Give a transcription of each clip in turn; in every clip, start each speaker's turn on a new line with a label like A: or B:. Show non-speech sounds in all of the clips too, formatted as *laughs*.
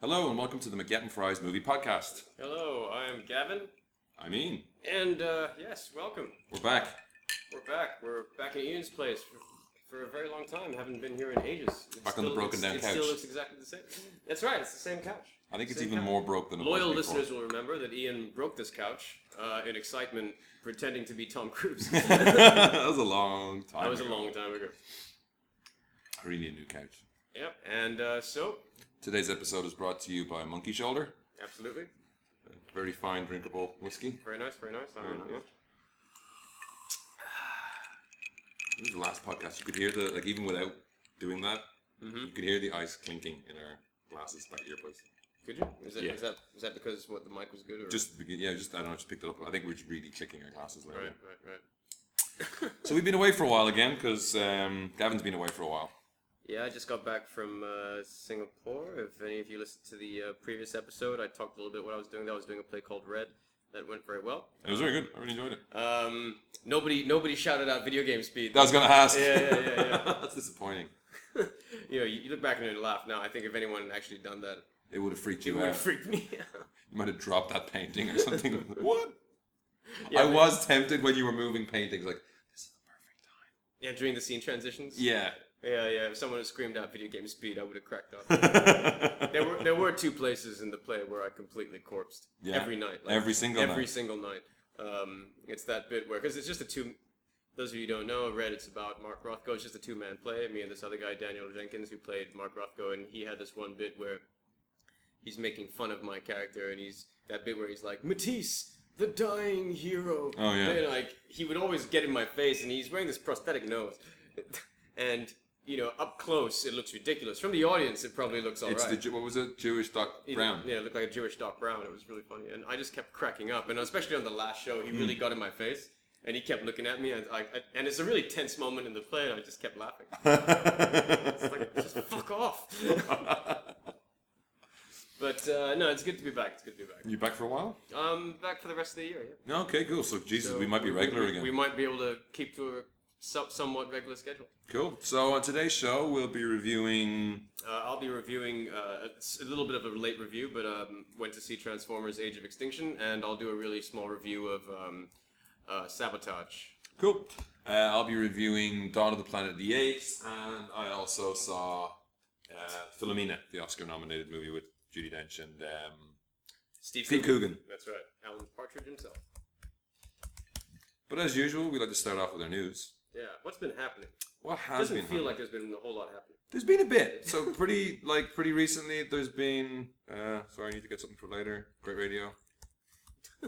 A: Hello and welcome to the McGettin Fries Movie Podcast.
B: Hello, I am Gavin,
A: I mean,
B: and uh, yes, welcome.
A: we're back.
B: We're back. We're back at Ian's place for, for a very long time. Haven't been here in ages. It
A: Back on the
B: still
A: broken
B: looks-
A: down
B: it
A: couch.
B: still looks exactly the same. That's right. It's the same couch.
A: I think it's
B: Same
A: even
B: couch.
A: more broke than it
B: Loyal
A: was before.
B: listeners will remember that Ian broke this couch uh, in excitement, pretending to be
A: *laughs*
B: Tom Cruise. that
A: *laughs* that was a long time.
B: was a
A: ago.
B: long time ago.
A: I really need a new couch.
B: Yep. And uh, so,
A: Today's episode is brought to you by Monkey Shoulder,
B: absolutely,
A: very fine drinkable whiskey.
B: very nice, very nice. I
A: Very
B: mean,
A: nice. This is the last podcast. You could hear the like even without doing that,
B: yeah. Mhm.
A: you could hear the ice clinking in our glasses back at your place.
B: Could you? Is that,
A: Yeah.
B: is that is that because what the mic was good or
A: Just the begin- yeah, just I don't know, just picked it up. I think we're just really clicking our glasses
B: right,
A: later.
B: right, right. *laughs*
A: So we've been away for a while again because um, Gavin's been away for a while.
B: Yeah, I just got back from uh, Singapore. If any of you listened to the uh, previous episode, I talked a little bit what I was doing. I was doing a play called Red that went very well.
A: It was very good. I really enjoyed it.
B: Um, nobody, nobody shouted out video game speed.
A: I was gonna ask.
B: Yeah, yeah, yeah, yeah.
A: *laughs* That's disappointing.
B: *laughs* you know, you, you look back and you laugh now. I think if anyone had actually done that,
A: It would have freaked
B: it
A: you
B: would
A: out.
B: have freaked me out.
A: you might have dropped that painting or
B: *laughs*
A: something. what?
B: Yeah,
A: I
B: but-
A: was tempted when you were moving paintings. Like this is the perfect time.
B: Yeah, during the scene transitions.
A: Yeah.
B: yeah, yeah. If someone had screamed out video game speed, I would have cracked up.
A: there
B: there
A: *laughs*
B: were there were two places in the play where I completely corpsed
A: Yeah.
B: every night.
A: Every single
B: every
A: night.
B: single night. Um, it's that bit where because it's just a two. Those of you who don't know, Red. It's about Mark Rothko. It's just a two-man play. Me and this other guy, Daniel Jenkins, who played Mark Rothko, and he had this one bit where he's making fun of my character, and he's that bit where he's like Matisse, the dying hero.
A: Oh, yeah.
B: And, like he would always get in my face, and he's wearing this prosthetic nose, *laughs* and you know up close it looks ridiculous. From the audience, it probably looks alright.
A: It's the Ju- what was it? Jewish Doc
B: He-
A: Brown. *laughs*
B: Yeah, it looked like a Jewish Doc Brown. It was really funny, and I just kept cracking up. And especially on the last show, he
A: Mm.
B: really got in my face, and he kept looking at me, and I, I- and it's a really tense moment in the play, and I just kept laughing. It's
A: *laughs*
B: like just fuck off. but uh, no, it's good to be back. It's good to be back.
A: you back for a while?
B: Um, back for the rest of the year. Yeah.
A: No, okay, cool. So Jesus,
B: So
A: we might be regular
B: we,
A: again.
B: We might be able to keep to a so, somewhat regular schedule.
A: cool. So on today's show, we'll be reviewing.
B: Uh, I'll be reviewing uh, it's a little bit of a late review, but um, went to see Transformers: Age of Extinction, and I'll do a really small review of um, uh, Sabotage.
A: Cool. Uh, I'll be reviewing Dawn of the Planet of the Apes, and I also saw uh, Philomena, the Oscar-nominated movie with Judy Dench and um,
B: Steve,
A: Steve Coogan.
B: That's right, Alan Partridge himself.
A: But as usual, we like to start off with our news.
B: Yeah, what's been happening?
A: What
B: It
A: has
B: doesn't
A: been?
B: feel
A: happening?
B: like there's been a whole lot happening.
A: there's been a bit. So pretty, *laughs* like pretty recently, there's been. Uh, sorry, I need to get something for later. Great radio.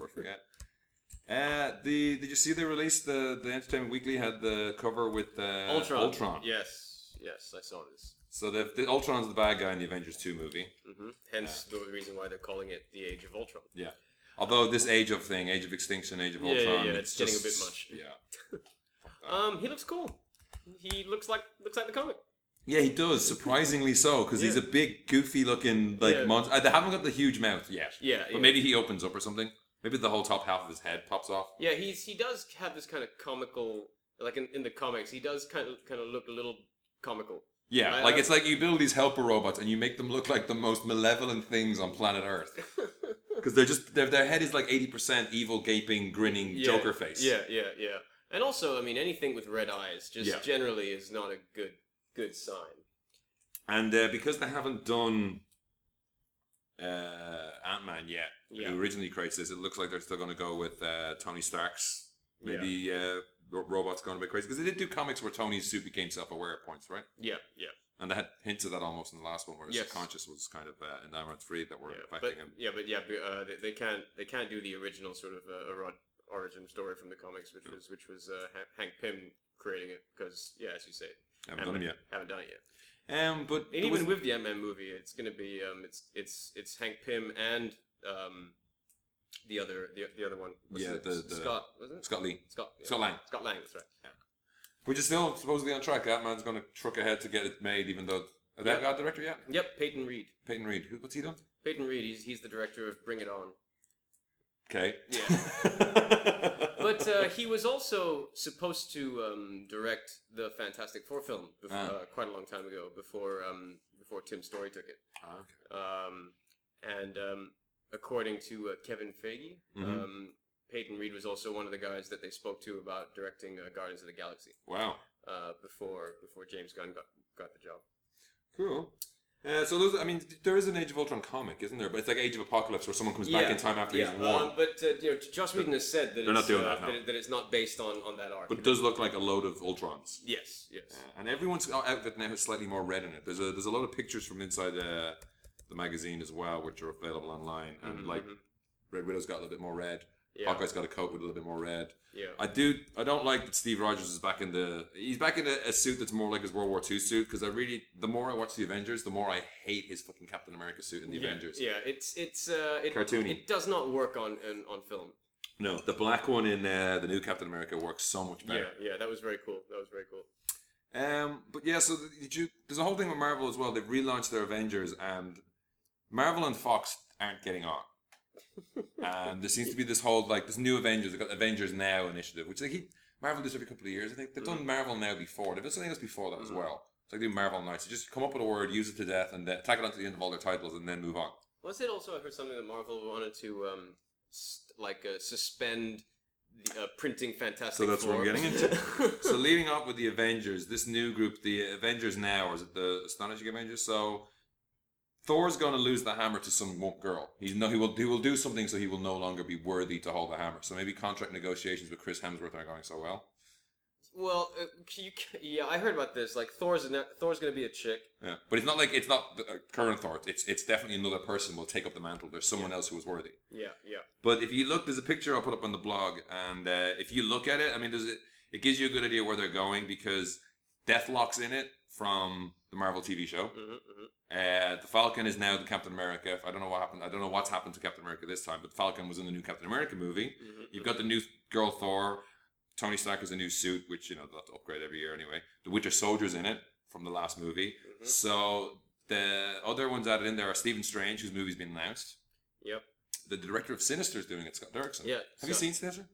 A: Or forget. *laughs* Uh, the did you see they released the the Entertainment Weekly had the cover with uh,
B: Ultron.
A: Ultron.
B: Yes, yes, I saw this.
A: So the, the Ultron's the bad guy in the Avengers two movie.
B: hmm Hence the reason why they're calling it the Age of Ultron.
A: Yeah. Although this Age of thing, Age of Extinction, Age of
B: Yeah, yeah,
A: Ultron,
B: yeah,
A: it's
B: it's getting a bit
A: just-
B: much.
A: Yeah. Uh.
B: Um, he looks cool. He looks like looks like the comic.
A: Yeah, he does surprisingly so because he's a
B: Yeah.
A: big, goofy-looking like
B: Yeah.
A: monster. They haven't got the huge mouth yet.
B: Yeah,
A: but
B: yeah.
A: maybe he opens up or something. Maybe the whole top half of his head pops off.
B: Yeah, he's he does have this kind of comical, like in, in the comics, he does kind of kind of look a little
A: *laughs*
B: comical.
A: Yeah,
B: I- uh,
A: like
B: I-
A: it's like you build these helper robots and you make them look like the most malevolent things on planet Earth because they're just their their head is like eighty percent evil, gaping, grinning
B: Yeah,
A: Joker face.
B: Yeah, yeah, yeah. And also, I mean, anything with red eyes just
A: Yeah.
B: generally is not a good good sign.
A: and uh, because they haven't done uh, Ant Man yet,
B: Yeah,
A: who originally creates this, it looks like they're still going to go with uh, Tony Stark's. Maybe uh, ro- robots going a bit crazy because they did do comics where Tony's suit became self-aware at points, right?
B: yeah, yeah.
A: And they had hints of that almost in the last one, where his
B: Yes.
A: subconscious was kind of uh, in Diamond Three that were
B: yeah. But
A: affecting him.
B: yeah, but yeah, but, uh, they, they can't they can't do the original sort of uh, ero- origin story from the comics, which was which was uh, Ha- Hank Pym creating it because yeah, as you say,
A: Haven't done him yet.
B: haven't done it yet.
A: Um, but
B: And
A: there was-
B: even with the Ant-Man movie, it's going to be um, it's it's it's Hank Pym and um, the other the, the other one. Was
A: Yeah,
B: it
A: the- the-
B: Scott wasn't it?
A: Scott Lee,
B: Scott yeah.
A: Scott Lang.
B: Scott Lang. That's right.
A: Which is still supposedly on track. That man's going to truck ahead to get it made, even though. Have they
B: Yeah.
A: got a director yet?
B: Yep, Peyton Reed.
A: Peyton Reed. Who- What's he done?
B: Peyton Reed. He's he's the director of Bring It On.
A: Okay. *laughs*
B: But uh, he was also supposed to um, direct the Fantastic Four film bef-
A: Ah.
B: uh, quite a long time ago, before um, before Tim Story took it.
A: Ah, okay.
B: Um, and um, according to uh, Kevin Feige,
A: Mhm.
B: um, Peyton Reed was also one of the guys that they spoke to about directing uh, Guardians of the Galaxy
A: Wow.
B: uh, before before James Gunn got, got the job.
A: Cool. Uh, so those, I mean, th- there is an Age of Ultron comic, isn't there? But it's like Age of Apocalypse, where someone comes back
B: Yeah,
A: in time after
B: Yeah,
A: he's won.
B: um, but uh, you know, Joss Whedon has said that
A: They're not
B: it's,
A: doing
B: uh,
A: that, no.
B: that, it- that it's not based on, on that arc.
A: but it does look like a load of Ultrons.
B: yes, yes.
A: Uh, and everyone's outfit now has slightly more red in it. There's a there's a lot of pictures from inside uh, the magazine as well, which are available online. And
B: Mhm,
A: like
B: mhm.
A: Red Widow's got a little bit more red.
B: yeah,
A: Hawkeye's got a coat with a little bit more red.
B: yeah.
A: I do. I don't like that Steve Rogers is back in the. He's back in a, a suit that's more like his World War II suit because I really. The more I watch the Avengers, the more I hate his fucking Captain America suit in the
B: yeah,
A: Avengers.
B: Yeah, it's it's uh, it,
A: Cartoony.
B: It does not work on on, on film.
A: No, the black one in uh, the new Captain America works so much
B: Yeah,
A: better.
B: yeah, that was very cool. That was very cool.
A: Um, but yeah, so th- did you, there's a whole thing with Marvel as well. They've relaunched their Avengers, and Marvel and Fox aren't getting on. and there seems to be this whole like this new Avengers. They've got Avengers Now initiative, which they keep Marvel does every couple of years. I think they've done Marvel Now before. They've done something else before that as
B: Mhm.
A: well. It's like doing Marvel Nights. You just come up with a word, use it to death, and then tack it onto the end of all their titles, and then move on.
B: Was it also I heard something that Marvel wanted to um, st- like uh, suspend the, uh, printing Fantastic.
A: So that's what I'm
B: Four.
A: getting
B: *laughs*
A: so leading off with the Avengers, this new group, the Avengers now, or is it the Astonishing Avengers? So Thor's going to lose the hammer to some wo- girl. He's no, he will he will do something so he will no longer be worthy to hold the hammer. So maybe contract negotiations with Chris Hemsworth aren't going so well.
B: well, uh, c- you, c- yeah, I heard about this. Like Thor's ne- Thor's gonna be a chick.
A: Yeah, but it's not like it's not the uh, current Thor. It's it's definitely another person will take up the mantle. There's someone else who is worthy.
B: Yeah, yeah.
A: But if you look, there's a picture I'll put up on the blog, and uh, if you look at it, I mean, there's a, it gives you a good idea where they're going because Deathlock's in it from the Marvel TV show.
B: hmm
A: Uh, the Falcon is now the Captain America. I don't know what happened. I don't know what's happened to Captain America this time, but the Falcon was in the new Captain America movie.
B: hmm hmm
A: You've got the new girl Thor. Tony Stark has a new suit, which you know they'll have to upgrade every year anyway. The Winter Soldier's in it from the last movie.
B: Mhm.
A: So the other ones added in there are Stephen Strange, whose movie's been announced.
B: Yep.
A: The director of Sinister is doing it, Scott Derrickson.
B: Yeah.
A: Have you
B: so-
A: seen Sinister?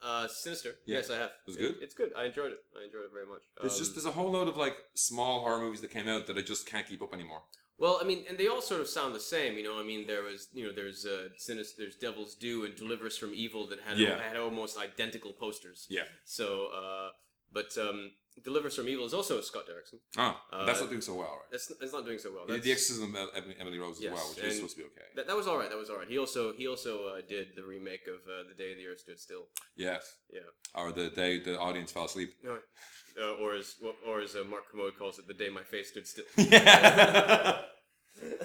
B: Uh, Sinister.
A: Yeah.
B: Yes, I have.
A: was good?
B: It's good. I enjoyed it. I enjoyed it very much.
A: There's
B: Um,
A: just there's a whole load of like small horror movies that came out that I just can't keep up anymore.
B: Well, I mean, and they all sort of sound the same, you know. I mean, there was, you know, there's uh, Sinis- there's Devil's Due and Deliver Us from Evil that had
A: Yeah.
B: had almost identical posters.
A: Yeah.
B: So, uh, but um, Deliver Us from Evil is also Scott Derrickson.
A: Oh, that's
B: Uh,
A: not doing so well, right?
B: That's it's not doing so well.
A: The-
B: That's,
A: the Exorcism of Em- Emily Rose as
B: Yes,
A: well, which
B: and-
A: is supposed to be okay.
B: that, that was all right. That was all right. He also he also uh, did the remake of uh, The Day the Earth Stood Still,
A: Yes.
B: Yeah.
A: Or the day the audience fell
B: *laughs*
A: asleep.
B: uh, or as or as uh, Mark Kermode calls it, The Day My Face Stood Still.
A: Yeah. it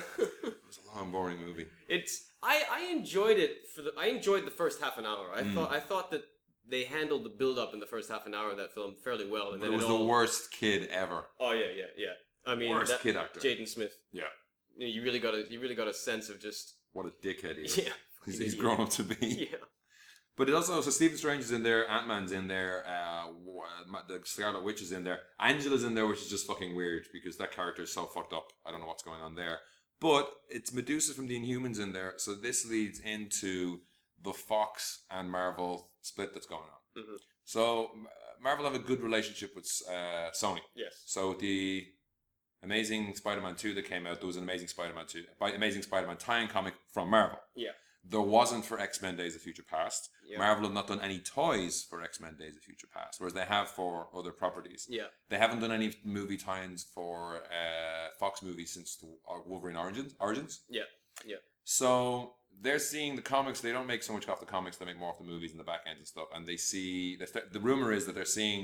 A: was a long, boring movie.
B: It's I, I enjoyed it for the I enjoyed the first half an hour. I
A: Mm.
B: thought I thought that they handled the build up in the first half an hour of that film fairly well, and
A: But it
B: then
A: was
B: all,
A: the worst kid ever.
B: Oh yeah, yeah, yeah. I mean,
A: worst
B: that,
A: kid actor.
B: Jaden Smith.
A: Yeah.
B: You, know, you really got a you really got a sense of
A: *laughs*
B: just
A: What a dickhead
B: *laughs*
A: he is.
B: yeah
A: He's, he's grown up to be.
B: yeah
A: But it also, so Stephen Strange is in there, Ant Man's in there, uh, wha- Ma- the Scarlet Witch is in there, Angela's in there, which is just fucking weird because that character is so fucked up. I don't know what's going on there. But it's Medusa from the Inhumans in there, so this leads into the Fox and Marvel split that's going on.
B: Mhm.
A: So M- Marvel have a good relationship with uh, Sony.
B: yes
A: So the Amazing Spider-Man two that came out, there was an Amazing Spider-Man two, by Amazing Spider-Man tie-in comic from Marvel.
B: Yeah.
A: there wasn't for X Men Days of Future Past.
B: yeah
A: Marvel have not done any toys for X Men Days of Future Past, whereas they have for other properties.
B: yeah
A: They haven't done any movie tie-ins for uh, Fox movies since the uh, Wolverine Origins. Origins.
B: Yeah, yeah.
A: So they're seeing the comics. They don't make so much off the comics. They make more off the movies and the back end and stuff. And they see the, the rumor is that they're seeing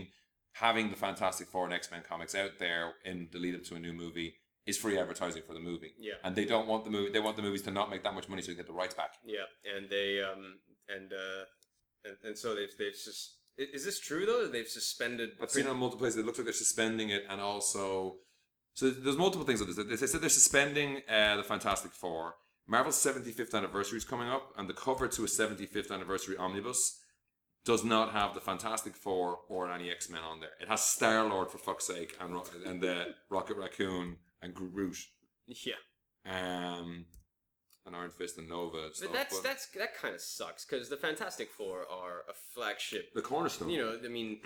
A: having the Fantastic Four and X Men comics out there in the lead up to a new movie is free advertising for the movie.
B: yeah
A: And they don't want the movie. They want the movies to not make that much money so they get the rights back.
B: yeah, and they um and uh and, and so they've they've just is this true though? that They've suspended.
A: I've seen it on multiple places. It looks like they're suspending it, and also, so there's multiple things like this. They- They said they're suspending uh, the Fantastic Four. Marvel's 75th anniversary is coming up, and the cover to a 75th anniversary omnibus does not have the Fantastic Four or any X Men on there. It has Star Lord for fuck's sake, and Ro- and uh, Rocket Raccoon and Groot,
B: yeah,
A: um, and Iron Fist and Nova. And stuff,
B: but that's that's that kind of sucks because the Fantastic Four are a flagship
A: the cornerstone.
B: *clears throat* you know, I mean,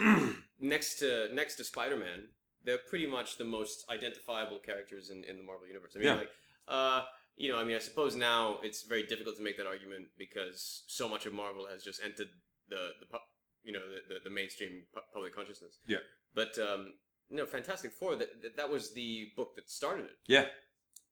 B: next to next to Spider Man, they're pretty much the most identifiable characters in, in the Marvel universe. I mean,
A: Yeah.
B: like, uh, you know, I mean, I suppose now it's very difficult to make that argument because so much of Marvel has just entered the the pu- you know the the, the mainstream pu- public consciousness.
A: Yeah.
B: But um, no, Fantastic Four that, that that was the book that started it.
A: Yeah,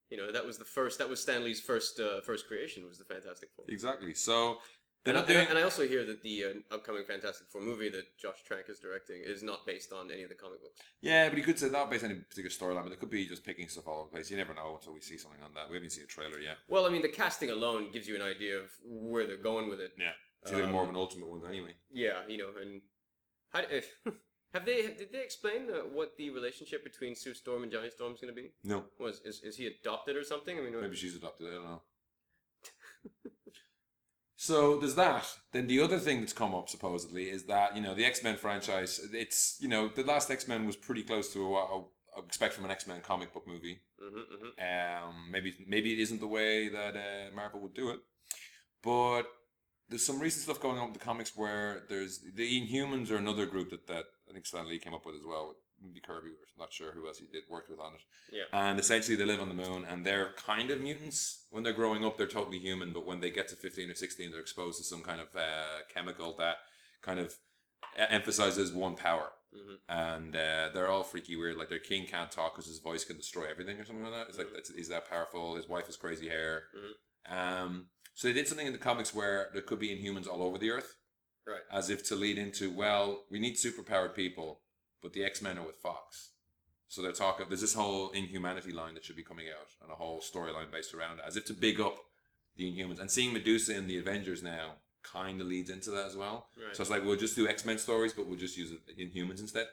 B: You know, that was the first. That was Stan Lee's first uh, first creation was the Fantastic Four.
A: exactly. So they're
B: And, I-
A: not
B: and I-
A: doing.
B: and I also hear that the uh, upcoming Fantastic Four movie that Josh Trank is directing is not based on any of the comic books.
A: Yeah, but you could say that based on any particular storyline, but it could be just picking stuff all over the place. You never know until we see something on that. We haven't seen a trailer yet.
B: Well, I mean, the casting alone gives you an idea of where they're going with it.
A: Yeah. It's either
B: Um,
A: more of an ultimate one anyway.
B: Yeah, you know, and how, d- if, *laughs* have they did they explain uh, what the relationship between Sue Storm and Johnny Storm is going to be?
A: No,
B: Was is, is he adopted or something? I mean,
A: maybe she's adopted. I don't know. *laughs* so there's that. Then the other thing that's come up supposedly is that you know the X Men franchise. It's you know the last X Men was pretty close to what I I would expect from an X Men comic book movie.
B: hmm hmm
A: Um, maybe maybe it isn't the way that uh, Marvel would do it, but there's some recent stuff going on with the comics where there's the Inhumans are another group that, that I think Stan Lee came up with as well. Maybe Kirby, or not sure who else he did worked with on it.
B: Yeah.
A: And essentially, they live on the moon, and they're kind of mutants. When they're growing up, they're totally human, but when they get to fifteen or sixteen, they're exposed to some kind of uh, chemical that kind of e- emphasizes one power
B: hmm
A: and uh, they're all freaky weird. Like their king can't talk because his voice can destroy everything or something like that. It's like
B: Mhm.
A: that's, he's that powerful. His wife has crazy hair.
B: Mm-hmm.
A: Um, so they did something in the comics where there could be Inhumans all over the Earth,
B: Right.
A: as if to lead into well, we need superpowered people, but the X Men are with Fox. So they're talking. There's this whole inhumanity line that should be coming out, and a whole storyline based around it, as if to big up the Inhumans. And seeing Medusa in the Avengers now kind of leads into that as well.
B: Right.
A: So it's like we'll just do X Men stories, but we'll just use Inhumans instead.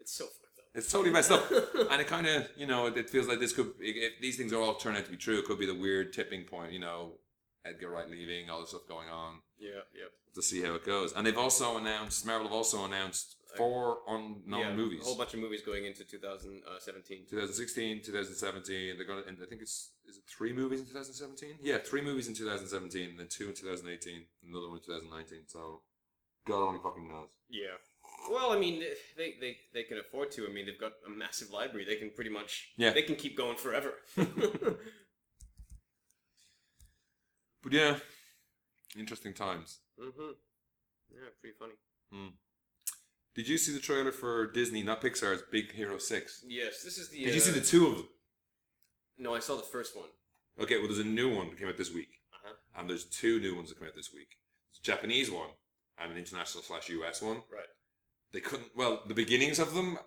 B: it's so fucked up.
A: It's totally messed up. *laughs* And it kind of, you know, it, it feels like this could, i- if these things are all turn out to be true, it could be the weird tipping point, you know, Edgar Wright leaving, all this stuff going on
B: *laughs* yeah, yeah.
A: to see how it goes. And they've also announced, Marvel have also announced four unknown
B: yeah,
A: movies.
B: A whole bunch of movies going into uh, 2017.
A: 2016, 2017. They're gonna, and I think it's is it three movies in 2017? Yeah, three movies in 2017, and then two in 2018, another one in 2019. So, God only fucking knows.
B: Yeah. Well, I mean, they, they they can afford to. I mean, they've got a massive library. They can pretty much.
A: Yeah.
B: They can keep going forever.
A: *laughs*
B: Mm-hmm.
A: But yeah, interesting times.
B: Mm-hmm. Yeah, pretty funny.
A: Did you see the trailer for Disney, not Pixar's Big Hero Six?
B: Yes, this is the.
A: Did you see
B: uh,
A: the two of them?
B: No, I saw the first one.
A: Okay, well, there's a new one that came out this week,
B: Uh-huh.
A: and there's two new ones that came out this week. It's a Japanese one and an international slash US one.
B: Right.
A: They couldn't. Well, the beginnings of them,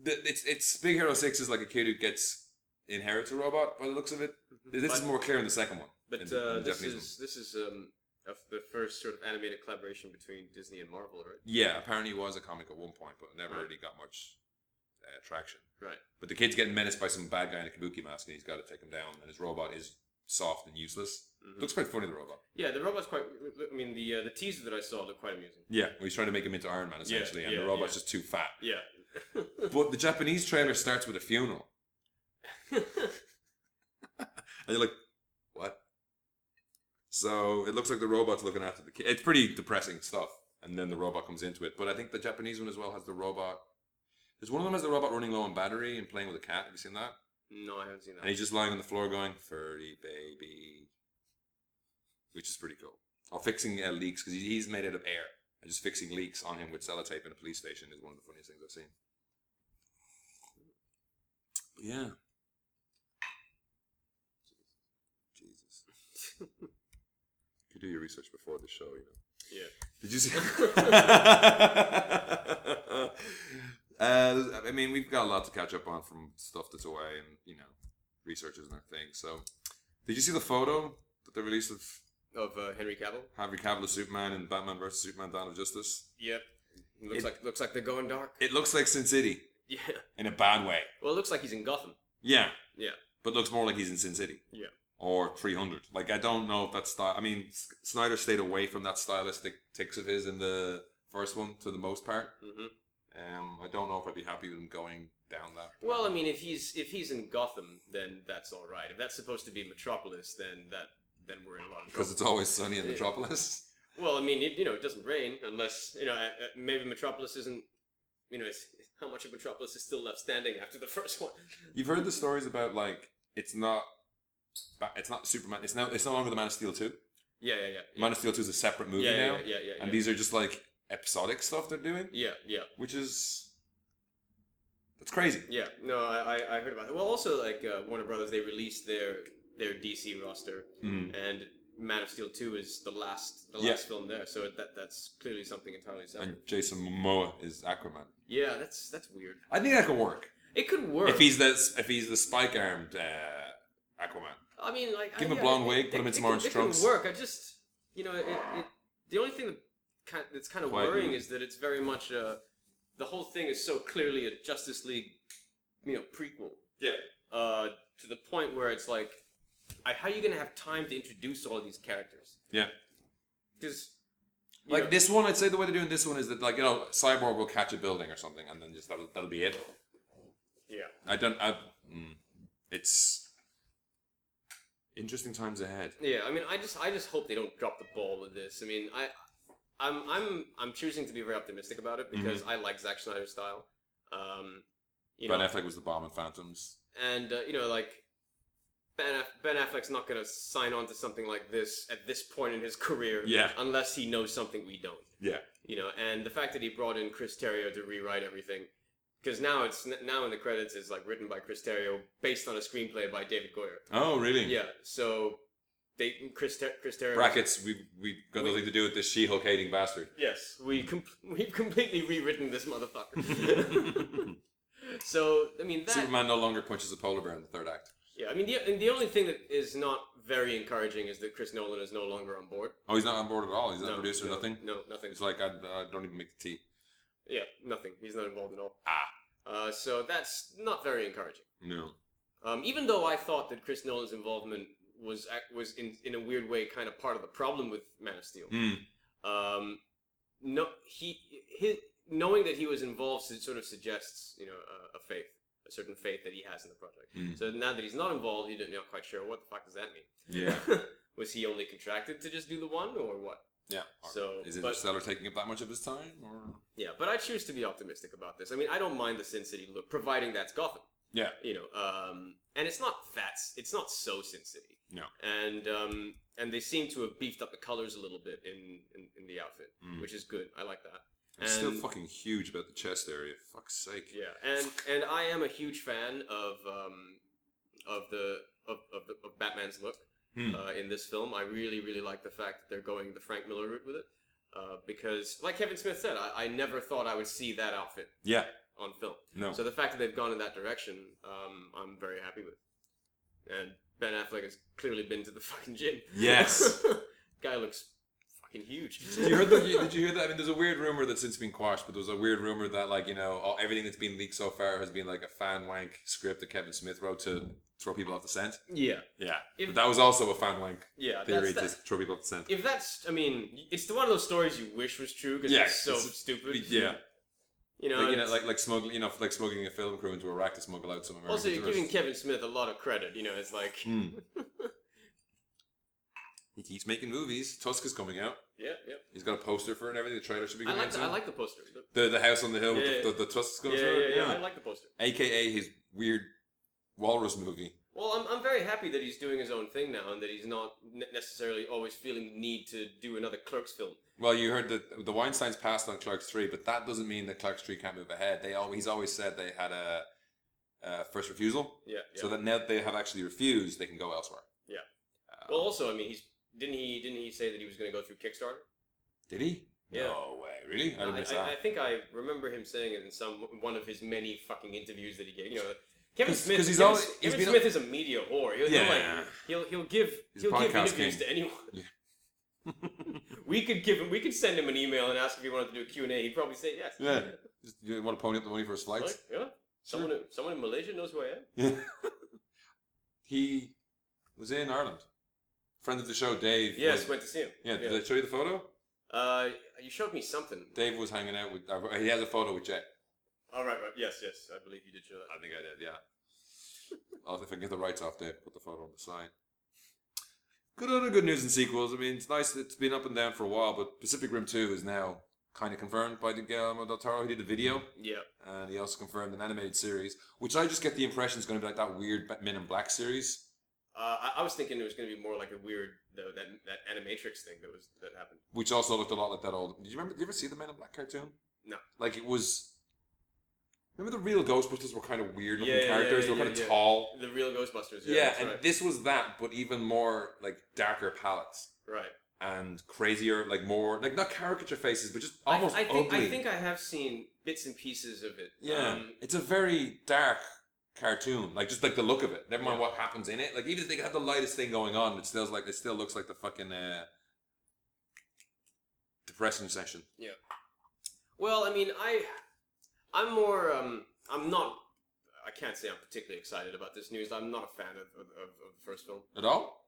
A: the, it's it's Big Hero Six is like a kid who gets inherits a robot by the looks of it. This is
B: But-
A: more clear in the second one.
B: But
A: in the- in
B: uh,
A: the
B: this
A: Japanese
B: is this is um of the first sort of animated collaboration between Disney and Marvel, right?
A: Yeah, apparently it was a comic at one point, but it never
B: Right.
A: really got much uh, traction.
B: Right.
A: But the kid's getting menaced by some bad guy in a kabuki mask, and he's got to take him down. And his robot is soft and useless.
B: Mhm.
A: Looks quite funny, the robot.
B: Yeah, the robot's quite. I mean, the uh, the teaser that I saw looked quite amusing.
A: Yeah, well, he's trying to make him into Iron Man essentially, and
B: yeah,
A: the robot's
B: yeah.
A: just too fat.
B: Yeah. *laughs*
A: But the Japanese trailer starts with a funeral, and you're like, "What?" So it looks like the robot's looking after the kid. It's pretty depressing stuff. And then the robot comes into it. But I think the Japanese one as well has the robot. There's one of them has the robot running low on battery and playing with a cat. Have you seen that?
B: no, I haven't seen that.
A: And he's just lying on the floor going, "Furry baby," which is pretty cool. Or fixing uh, leaks because he's made out of air. And just fixing leaks on him with sellotape in a police station is one of the funniest things I've seen. But yeah. Jesus. you could do your research before the show, you know.
B: Yeah.
A: Did you see? *laughs* uh, I mean, we've got a lot to catch up on from stuff that's away, and you know, research isn't our thing. So, did you see the photo that they released of
B: Of uh, Henry Cavill.
A: Henry Cavill as Superman and Batman versus Superman: Dawn of Justice?
B: Yep. Looks
A: It-
B: like looks like they're going dark. *laughs*
A: It looks like Sin City
B: Yeah.
A: in a bad way.
B: Well, it looks like he's in Gotham.
A: Yeah.
B: Yeah.
A: But looks more like he's in Sin City.
B: Yeah.
A: Or 300. Like, I don't know if that style. I mean, S- Snyder stayed away from that stylistic ticks of his in the first one to the most part.
B: hmm
A: Um, I don't know if I'd be happy with him going down that.
B: Well, I mean, if he's if he's in Gotham, then that's all right. If that's supposed to be Metropolis, then that then we're in a lot of trouble.
A: because it's always sunny in
B: Yeah.
A: Metropolis.
B: Well, I mean, it, you know, it doesn't rain unless you know uh, uh, maybe Metropolis isn't. You know, it's how much of Metropolis is still left standing after the *laughs* first one.
A: You've heard the stories about like it's not, ba- it's not Superman. It's now it's no longer the Man of Steel two.
B: Yeah, yeah, yeah.
A: Man of Steel two is a separate movie
B: yeah, yeah,
A: now,
B: yeah, yeah, yeah, yeah.
A: and these are just like episodic stuff they're doing,
B: yeah, yeah,
A: which is that's crazy.
B: yeah. No, I, I- I heard about that. Well, also like uh, Warner Brothers, they released their their DC roster,
A: Mm.
B: and Man of Steel two is the last the last
A: Yeah.
B: film there. So that that's clearly something entirely separate.
A: And Jason Momoa is Aquaman.
B: yeah, that's that's weird.
A: I think that could work
B: It could work.
A: if he's the if he's the spike armed uh, Aquaman.
B: I mean, like
A: Give
B: I,
A: him a blonde
B: it-
A: wig,
B: it-
A: put him in
B: it
A: some
B: could-
A: orange
B: it could
A: trunks.
B: work. I just, you know, it, it, the only thing that kind that's kind of
A: Quite
B: worrying
A: easy.
B: is that it's very much uh the whole thing is so clearly a Justice League, you know, prequel.
A: Yeah.
B: Uh, to the point where it's like, I, how are you gonna have time to introduce all these characters?
A: Yeah.
B: Because
A: Like this one, I'd say the way they're doing this one is that like you know, Cyborg will catch a building or something, and then just that'll, that'll be it.
B: yeah.
A: I don't. I. Mm, it's interesting times ahead.
B: Yeah, I mean, I just I just hope they don't drop the ball with this. I mean, I I'm I'm I'm choosing to be very optimistic about it because I like Zack Snyder's style. Um, you
A: Mm-hmm. ben
B: know,
A: Affleck was the bomb in Phantoms.
B: and uh, you know, like Ben Aff- Ben Affleck's not gonna sign on to something like this at this point in his *laughs* career,
A: Yeah.
B: unless he knows something we don't.
A: Yeah.
B: You know, and the fact that he brought in Chris Terrio to rewrite everything. Because now it's now in the credits is like written by Chris Terrio, based on a screenplay by David Goyer.
A: Oh really?
B: Yeah, so they Chris Ter- Chris Terrio
A: Brackets. We we got nothing to do with this She-Hulk hating
B: *laughs*
A: bastard.
B: Yes, we com- we've completely rewritten this
A: *laughs*
B: motherfucker. so I mean that.
A: Superman no longer punches a polar bear in the third act.
B: Yeah, I mean the and the only thing that is not very encouraging is that Chris Nolan is no longer on board.
A: Oh, he's not on board at all. He's not
B: no,
A: a producer.
B: no,
A: Nothing.
B: No, nothing.
A: It's like I, I don't even make the tea.
B: Yeah, nothing. He's not involved at all.
A: Ah.
B: Uh, so that's not very encouraging.
A: No.
B: Um, even though I thought that Chris Nolan's involvement was ac- was in in a weird way kind of part of the problem with Man of Steel.
A: Mm.
B: um, no, he, his, knowing that he was involved su- sort of suggests, you know, a, a faith, a certain faith that he has in the project.
A: Mm.
B: So now that he's not involved, you're not quite sure what the fuck does that mean.
A: Yeah.
B: *laughs* was he only contracted to just do the one, or what?
A: Yeah.
B: So,
A: is
B: but,
A: Interstellar taking up that much of his time? Or
B: yeah, but I choose to be optimistic about this. I mean, I don't mind the Sin City look, providing that's Gotham.
A: Yeah.
B: You know, um, and it's not that's it's not so Sin City.
A: No.
B: And um, and they seem to have beefed up the colors a little bit in in, in the outfit,
A: Mm.
B: which is good. I like that.
A: I'm still
B: And-
A: fucking huge about the chest area. Fuck's sake.
B: Yeah, and and I am a huge fan of um, of the of, of, the, of Batman's look
A: Hmm.
B: uh, in this film. I really really like the fact that they're going the Frank Miller route with it, uh, because like Kevin Smith said, I, I never thought I would see that outfit
A: Yeah.
B: on film.
A: No.
B: So the fact that they've gone in that direction, um, I'm very happy with. And Ben Affleck has clearly been to the *laughs* fucking gym.
A: Yes.
B: *laughs* guy looks fucking huge.
A: Did you heard that? Did you hear that? I mean, there's a weird rumor that's since been quashed, but there was a weird rumor that like you know all, everything that's been leaked so far has been like a fan wank script that Kevin Smith wrote to throw people off the scent.
B: *laughs* yeah,
A: Yeah,
B: If-
A: but that was also a fan wank
B: yeah.
A: theory
B: that's that-
A: to throw people off the scent.
B: If that's, I mean, it's the one of those stories you wish was true because
A: Yeah,
B: it's so
A: it's-
B: stupid.
A: yeah,
B: you know,
A: like, you know,
B: it's-
A: like like smuggling, you know, like smuggling a film crew into Iraq to smuggle out some American
B: also you're giving
A: tourists.
B: Kevin Smith a lot of credit. You know, it's like, *laughs*
A: Hmm. he keeps making movies. Tusk is coming out.
B: yeah, yeah.
A: He's got a poster for it and everything. The trailer should be
B: I
A: coming
B: like,
A: out
B: the,
A: soon.
B: I like the poster. The-
A: the the house on the hill with
B: Yeah,
A: the, the, the Tusk
B: Yeah,
A: going
B: yeah,
A: through. it.
B: yeah, I like the poster.
A: AKA his weird walrus movie.
B: Well, I'm, I'm very happy that he's doing his own thing now and that he's not ne- necessarily always feeling the need to do another Clerks film.
A: Well, you heard that the Weinstein's passed on Clark's three, but that doesn't mean that Clark's three can't move ahead. They always, he's always said they had a, uh first refusal,
B: Yeah. yeah.
A: so that now that they have actually refused, they can go elsewhere.
B: Yeah.
A: Uh,
B: well, also, I mean, he's didn't he didn't he say that he was going to go through Kickstarter?
A: did he?
B: Yeah.
A: No way, really? I didn't miss
B: I, I
A: that.
B: think I remember him saying it in some one of his many fucking interviews that he gave. You know, Kevin
A: 'Cause-
B: Smith.
A: 'cause he's
B: Kevin,
A: always- he's
B: Kevin
A: been-
B: Smith is a media whore. He'll, he'll, like,
A: yeah,
B: he'll he'll give
A: He's a
B: he'll give
A: podcast
B: interviews
A: king.
B: to anyone.
A: Yeah.
B: *laughs* we could give him. We could send him an email and ask if he wanted to do a Q and A. He'd probably say yes.
A: yeah. Just, you want to pony up the money for his
B: Like,
A: flights?
B: yeah. Someone, who- someone in Malaysia knows who I am.
A: Yeah. he was in Ireland. Friend of the show, Dave.
B: Yes,
A: was-
B: went to see him.
A: yeah. Did I show you the photo?
B: Uh, you showed me something.
A: Dave was hanging out with. Uh, he has a photo with Jet.
B: All right, right. Yes, yes. I believe you did show that.
A: I think I did, yeah. I'll, if I can get the rights off there, put the photo on the side. Good other good news and sequels. I mean, it's nice. that It's been up and down for a while, but Pacific Rim Two is now kind of confirmed by the Guillermo del Toro. He did a video,
B: Yeah.
A: and he also confirmed an animated series, which I just get the impression is going to be like that weird Men in Black series.
B: Uh, I, I was thinking it was going to be more like a weird though that that animatrix thing that was that happened.
A: which also looked a lot like that old. Did you remember? Did you ever see the Man in Black cartoon?
B: No.
A: Like it was. Remember the real Ghostbusters were kind of weird looking
B: Yeah, yeah,
A: characters. they
B: yeah,
A: were
B: yeah,
A: kind of
B: yeah.
A: tall.
B: The real Ghostbusters.
A: Yeah,
B: Yeah, that's
A: and
B: right.
A: this was that, but even more like darker palettes
B: right.
A: and crazier, like more like not caricature faces, but just almost
B: I, I think,
A: ugly.
B: I think I have seen bits and pieces of it.
A: yeah,
B: Um,
A: it's a very dark cartoon. Like just like the look of it. Never mind what happens in it. Like even if they had the lightest thing going on, it still like it still looks like the fucking uh, depression session.
B: Well, I mean, I, I'm more, um, I'm not, I can't say I'm particularly excited about this news. I'm not a fan of, of, of, of the first film.
A: At all?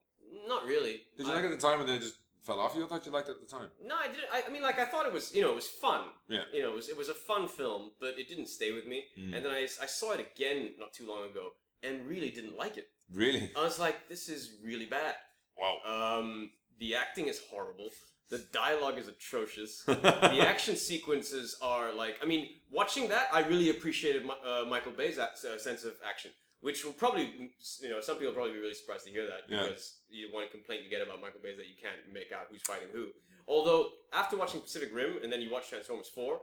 B: Not really.
A: Did you
B: I-
A: like it at the time and then it just fell off you? I thought you liked it at the time.
B: No, I didn't. I, I mean, like, I thought it was, you know, it was fun.
A: Yeah.
B: You know, it was, it was a fun film, but it didn't stay with me.
A: Mm.
B: And then I, I saw it again not too long ago and really didn't like it.
A: Really?
B: I was like, this is really bad.
A: Wow. *laughs*
B: Um, the acting is horrible. The dialogue
A: *laughs*
B: is atrocious. the
A: yeah.
B: action sequences are like i mean watching that i really appreciated Mi- uh, michael bay's ac- uh, sense of action which will probably mm, you know some people will probably be really surprised to hear that
A: Yeah.
B: because you, one complaint you get about michael bay is that you can't make out who's fighting who although after watching pacific rim and then you watch transformers 4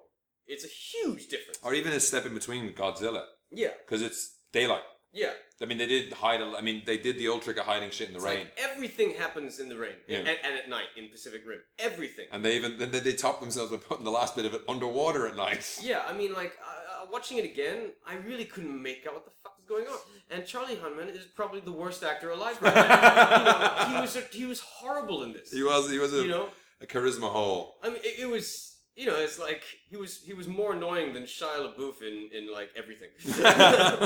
B: it's a huge difference
A: Or even a step in between with Godzilla,
B: yeah
A: because it's daylight.
B: yeah
A: I mean, they did hide. A, I mean, they did the old trick of hiding shit in the
B: It's
A: rain,
B: like everything happens in the rain
A: Yeah.
B: and, and at night in pacific rim everything
A: and they even then they, they topped themselves by putting the last bit of it underwater at
B: *laughs*
A: night.
B: Yeah, I mean, like uh, uh, watching it again, I really couldn't make out what the fuck was going on. And Charlie Hunman is probably the worst actor alive right now. You know, he was he was horrible in this.
A: He was he was a,
B: you know,
A: a charisma hole. *laughs*
B: I mean, it, it was you know, it's like he was he was more annoying than Shia LaBeouf in in like
A: *laughs*
B: everything.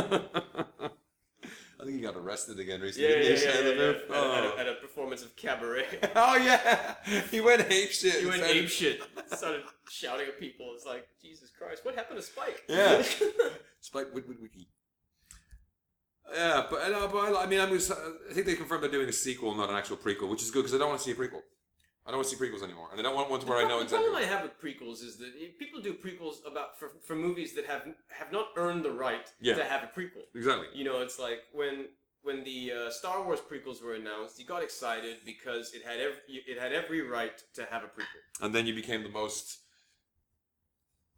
A: I think he got arrested again
B: Yeah,
A: recently.
B: yeah, yeah,
A: didn't he,
B: yeah,
A: Shia
B: yeah.
A: LaBeouf?
B: At, a, at, a, at a performance
A: *laughs*
B: of Cabaret,
A: Oh. oh yeah, he went ape shit.
B: he went
A: Started-
B: ape shit, started shouting at people. It's like Jesus Christ, what happened to Spike? *laughs*
A: Yeah. Spike Wid Wid Wiki. Yeah, but, uh, but I, I mean, I'm just, I think they confirmed they're doing a sequel, not an actual prequel, which is good because I don't want to see a prequel. I don't want to see prequels anymore, and I don't want ones where I know
B: the
A: exactly.
B: problem I have with prequels is that if people do prequels about for, for movies that have have not earned the right
A: Yeah.
B: to have a prequel.
A: Exactly.
B: You know, it's like when when the uh, Star Wars prequels were announced, you got excited because it had every it had every right to have a prequel.
A: And then you became the most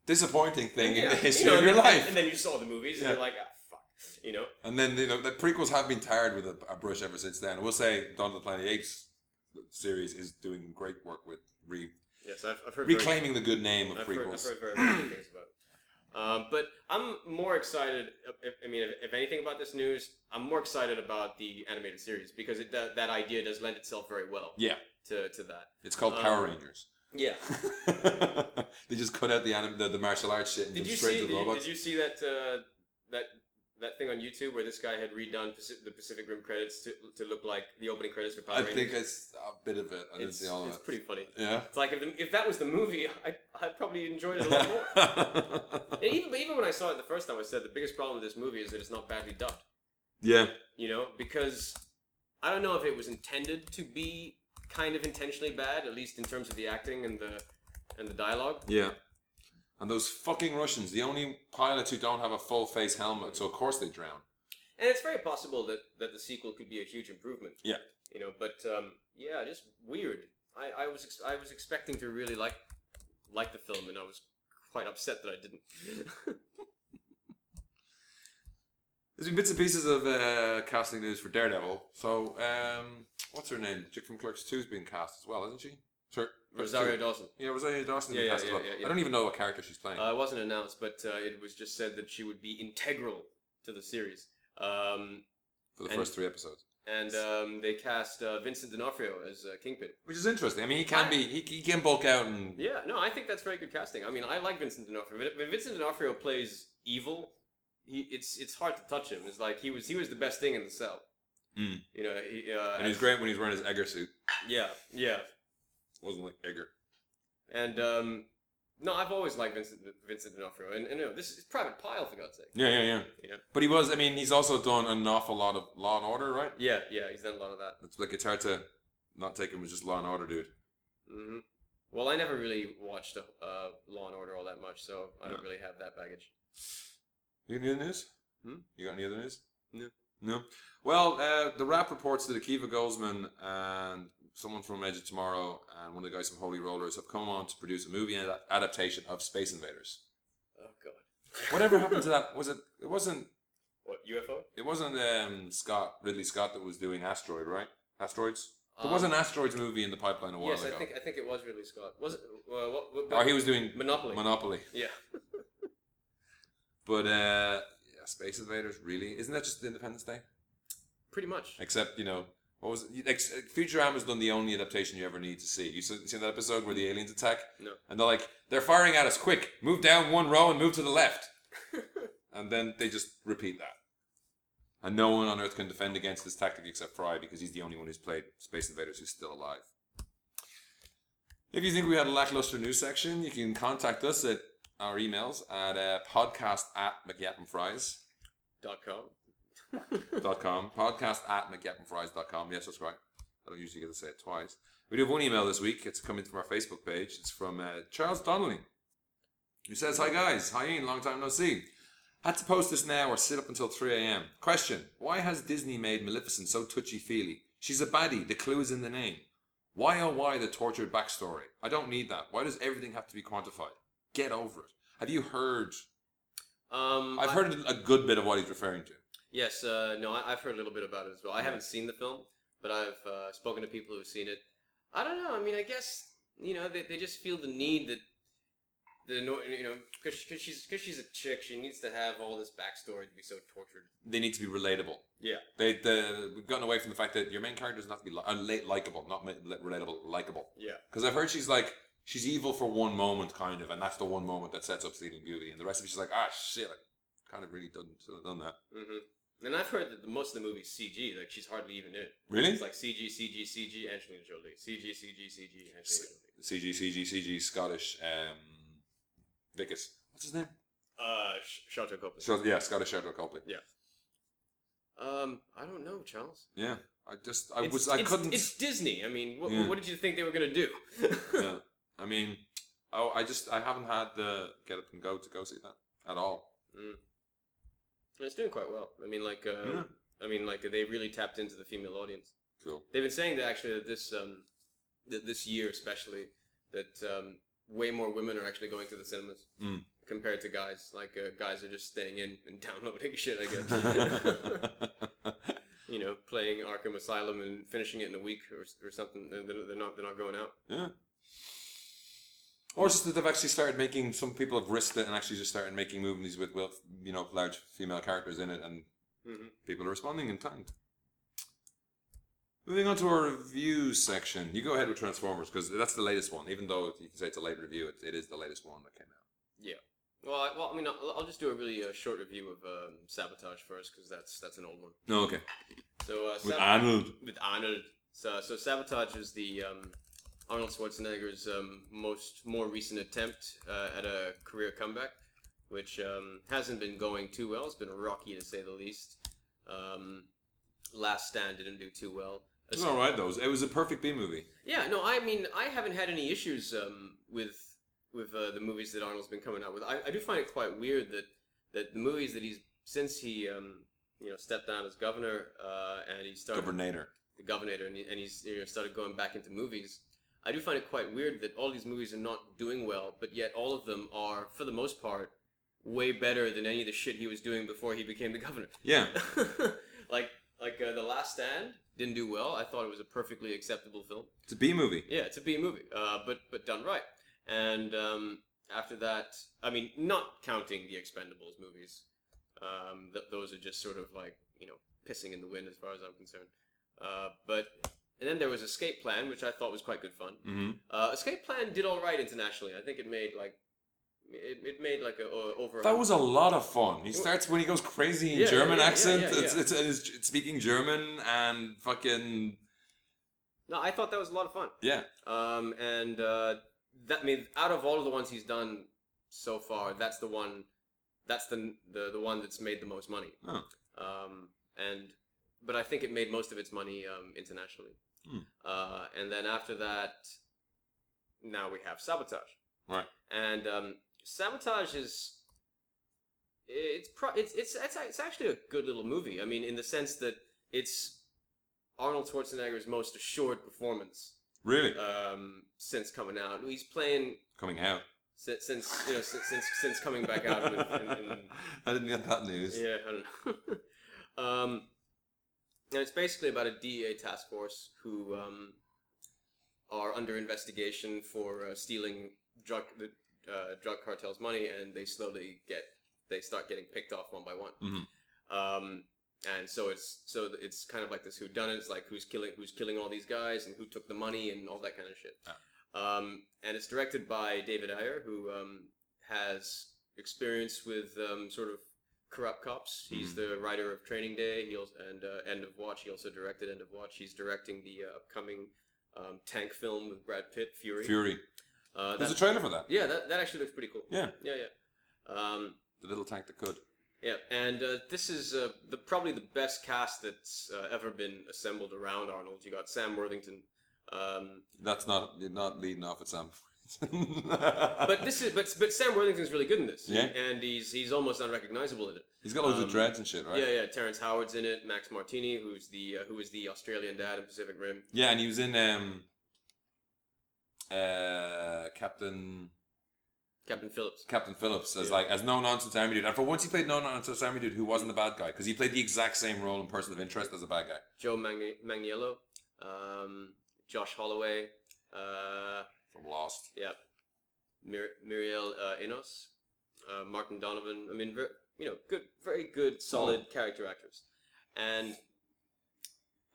A: disappointing thing in the
B: Yeah.
A: history
B: You know,
A: of
B: and
A: your
B: then-
A: life.
B: And then you saw the movies
A: Yeah.
B: and you're like, ah, fuck. You know,
A: And then you know the prequels have been tired with a, a brush ever since then. I will say, Dawn of the Planet of the Apes series is doing great work with re-
B: yes, I've, I've heard very-
A: reclaiming the good name of
B: I've heard, I've
A: prequels.
B: heard very many things about it. Um, but I'm more excited. If, I mean, if, if anything about this news, I'm more excited about the animated series because it, that that idea does lend itself very well.
A: Yeah.
B: To, to that.
A: It's called
B: Um,
A: Power Rangers. *laughs*
B: Yeah.
A: they just cut out the anim- the, the martial arts shit and
B: Did
A: jump
B: you
A: straight
B: see?
A: to
B: Did
A: the
B: you,
A: robots.
B: did you see that uh, that that thing on YouTube where this guy had redone Paci- the Pacific Rim credits to, to look like the opening credits for Power
A: I
B: Rangers?
A: think it's a bit of it. I didn't
B: it's,
A: see all of
B: it's
A: it.
B: pretty funny.
A: yeah.
B: It's like if, the, if that was the movie, I I probably enjoyed it a lot
A: *laughs*
B: more. and even but even when I saw it the first time, I said the biggest problem with this movie is that it's not badly dubbed.
A: yeah.
B: you know, because I don't know if it was intended to be kind of intentionally bad, at least in terms of the acting and the and the dialogue.
A: Yeah. And those fucking Russians, the only pilots who don't have a full face helmet, so of course they drown.
B: And it's very possible that that the sequel could be a huge improvement.
A: Yeah.
B: you know, but um, yeah, just weird. I, I was ex- I was expecting to really like like the film, and I was quite upset that I didn't. *laughs*
A: There's been bits and pieces of uh, casting news for Daredevil. So, um, what's her name? The chick from Clerks 2 has been cast as well, isn't she? Sure.
B: Rosario Dawson.
A: Yeah, Rosario Dawson has been
B: Yeah, yeah,
A: cast as
B: yeah,
A: well.
B: yeah, yeah.
A: I don't even know what character she's playing.
B: Uh, it wasn't announced, but uh, it was just said that she would be integral to the series. Um,
A: for the
B: and-
A: first three episodes.
B: and um, they cast uh, Vincent D'Onofrio as uh, Kingpin.
A: Which is interesting. I mean, he can be, he, he can bulk out and
B: Yeah, no, I think that's very good casting. I mean, I like Vincent D'Onofrio. When- When Vincent D'Onofrio plays evil, he, it's it's hard to touch him. It's like he was he was the best thing in the cell.
A: Mm.
B: You know, he, uh,
A: And he's great when he's wearing his Egger suit.
B: Yeah, yeah,
A: Wasn't like Egger.
B: and um, no, I've always liked Vincent Vincent D'Onofrio, and, and you know, this is Private Pile for God's sake.
A: Yeah, yeah, yeah,
B: Yeah.
A: But he was. I mean, he's also done an awful lot of Law and Order, right?
B: Yeah, yeah, he's done a lot of that.
A: It's like it's hard to not take him as just Law and Order, dude.
B: hmm Well, I never really watched uh, Law and Order all that much, so I don't really have that baggage.
A: You got any other news?
B: Hmm?
A: You got any other news?
B: No.
A: No. Well, uh, the rap reports that Akiva Goldsman and someone from Edge of Tomorrow and one of the guys from Holy Rollers have come on to produce a movie ad- adaptation of Space Invaders.
B: Oh God.
A: Whatever happened to that? Was it? It wasn't.
B: *laughs* What UFO?
A: It wasn't um, Scott Ridley Scott that was doing Asteroid, right? Asteroids. There
B: Um,
A: was an Asteroids movie in the pipeline a while
B: Yes,
A: ago.
B: I think I think it was Ridley Scott. Was it? Well, what, what,
A: or he was doing
B: Monopoly.
A: Monopoly.
B: yeah.
A: But uh, yeah, Space Invaders, really? Isn't that just Independence Day?
B: Pretty much.
A: Except, you know, what was it? Ex- Futurama's done the only adaptation you ever need to see. You see, seen that episode where the aliens attack?
B: No.
A: And they're like, they're firing at us, quick! Move down one row and move to the left! and then they just repeat that. And no one on Earth can defend against this tactic except Fry because he's the only one who's played Space Invaders who's still alive. If you think we had a lackluster news section, you can contact us at our emails at uh, podcast at McYappenFries.
B: Dot com.
A: dot com podcast at mcgappenfries.com yes that's right i don't usually get to say it twice we do have one email this week it's coming from our facebook page it's from uh, charles donnelly who says hi guys hi ian long time no see had to post this now or sit up until 3am question why has disney made maleficent so touchy-feely she's a baddie the clue is in the name why oh why the tortured backstory i don't need that why does everything have to be quantified get over it have you heard
B: Um,
A: i've
B: I-
A: heard a good bit of what he's referring to
B: Yes. Uh, no, I, I've heard a little bit about it as well. I haven't seen the film, but I've uh, spoken to people who've seen it. I don't know. I mean, I guess you know they, they just feel the need that the no- you know because she's because she's a chick, she needs to have all this backstory to be so tortured.
A: they need to be relatable
B: Yeah.
A: They, the, we've gotten away from the fact that your main character doesn't have to be li- uh, li- likable, not mi- li- relatable, likable.
B: Yeah.
A: Because I've heard she's like, she's evil for one moment, kind of, and that's the one moment that sets up Sleeping Beauty, and the rest of it, she's like, ah, shit, I kind of really done, should have done that.
B: hmm And I've heard that the, most of the movie's CG. Like she's hardly even in it.
A: Really?
B: It's like CG, CG, CG, Angelina Jolie. CG, CG, CG, Angelina
A: S-
B: Jolie.
A: CG, CG, CG, Scottish, um, Vickers. What's his name?
B: Uh, Sh- Shelter Copeland.
A: So, yeah, Scottish Shadow Copley.
B: Um, I don't know, Charles.
A: Yeah, I just, I
B: It's-
A: was, I
B: it's,
A: couldn't.
B: It's *laughs* Disney. I mean, what,
A: Yeah.
B: what did you think they were gonna do?
A: yeah. I mean, oh, I just, I haven't had the get up and go to go see that at all.
B: *laughs* It's doing quite well. I mean, like, uh,
A: Yeah.
B: I mean, like they really tapped into the female audience.
A: Cool.
B: They've been saying that actually that this um, that this year especially that um, way more women are actually going to the cinemas
A: Mm.
B: compared to guys. Like uh, guys are just staying in and *laughs* downloading shit. I
A: *laughs*
B: guess you know, playing Arkham Asylum and finishing it in a week or, or something. They're, they're they're not they're not going out.
A: Yeah. Or it's just that they've actually started making some people have risked it and actually just started making movies with well, you know large female characters in it, and
B: Mhm.
A: people are responding in kind. Moving on to our review section, you go ahead with Transformers because that's the latest one. Even though you can say it's a late review, it, it is the latest one that came out.
B: Well, I, well, I mean, I'll, I'll just do a really uh, short review of um, Sabotage first because that's that's an old one.
A: No, okay.
B: So uh,
A: With
B: Sab-
A: Arnold,
B: with Arnold. So, so Sabotage is the um, Arnold Schwarzenegger's um, most more recent attempt uh, at a career comeback, which um, hasn't been going too well. It's been rocky to say the least. Um, Last Stand didn't do too well.
A: it's all right though. It was a perfect B movie.
B: Yeah, no, I mean, I haven't had any issues um, with with uh, the movies that Arnold's been coming out with. I, I do find it quite weird that that the movies that he's since he um, you know stepped down as governor uh, and he started
A: Governator.
B: the governor and, he, and he's you know, started going back into movies. I do find it quite weird that all these movies are not doing well, but yet all of them are, for the most part, way better than any of the shit he was doing before he became the governor. *laughs*
A: Yeah.
B: like like uh, the Last Stand didn't do well. I thought it was a perfectly acceptable film.
A: It's a B movie.
B: Yeah, it's a B movie, uh, but but done right. And um, after that, I mean, not counting the Expendables movies, um, th- those are just sort of like you know pissing in the wind as far as I'm concerned. Uh, but and then there was Escape Plan, which I thought was quite good fun.
A: Mm-hmm.
B: Uh, Escape Plan did all right internationally. I think it made like it, it made like a, o- over. a
A: That
B: hun-
A: was a lot of fun. He starts when he goes crazy in
B: Yeah,
A: German
B: yeah, yeah,
A: accent.
B: yeah, yeah,
A: It's, it's, it's, it's speaking German and fucking
B: no, I thought that was a lot of fun.
A: yeah.
B: Um, and uh, that I mean, out of all of the ones he's done so far, that's the one, that's the the, the one that's made the most money.
A: Oh.
B: Um, and but I think it made most of its money um, internationally.
A: Hmm.
B: Uh, and then after that, now we have sabotage.
A: Right.
B: And um, sabotage is it's pro- it's it's it's it's actually a good little movie. I mean, in the sense that it's Arnold Schwarzenegger's most assured performance
A: Really?
B: um, since coming out. He's playing
A: Coming out.
B: since since you know since since, since coming back out with, in, in,
A: *laughs* I didn't get that news.
B: yeah, I don't know. *laughs* um, and it's basically about a DEA task force who um, are under investigation for uh, stealing drug the uh, drug cartels' money, and they slowly get they start getting picked off one by one.
A: Mhm.
B: Um, and so it's so it's kind of like this whodunit. It's like who's killing who's killing all these guys and who took the money and all that kind of shit.
A: Ah.
B: Um, and it's directed by David Ayer, who um, has experience with um, sort of corrupt cops. He's
A: Mm-hmm.
B: the writer of Training Day. He also, and uh, End of Watch. He also directed End of Watch. He's directing the uh, upcoming um, tank film with Brad Pitt, Fury.
A: Fury.
B: Uh,
A: There's
B: that,
A: a trailer for that.
B: yeah, that, that actually looks pretty cool.
A: Yeah.
B: yeah, yeah. Um,
A: The little tank that could.
B: yeah, and uh, this is uh, the probably the best cast that's uh, ever been assembled around Arnold. You got Sam Worthington.
A: *laughs*
B: Um,
A: That's not you're not leading off at some point.
B: but this is but but Sam Worthington's really good in this.
A: Yeah.
B: and he's he's almost unrecognizable in it.
A: *laughs* he's got loads
B: um,
A: of dreads and shit, right?
B: Yeah, yeah. Terrence Howard's in it. Max Martini, who's the uh, who is the Australian dad in Pacific Rim.
A: Yeah, and he was in um, uh, Captain
B: Captain Phillips.
A: Captain Phillips as
B: Yeah.
A: like as no nonsense army dude, and for once he played no nonsense army dude who wasn't the bad guy because he played the exact same role in Person of Interest as a bad guy.
B: Joe Magni- Magniello. Um, Josh Holloway. Uh,
A: from Lost.
B: yeah. Mir- Muriel uh, Enos. Uh, Martin Donovan. I mean, ver- you know, good, very good, solid character actors. And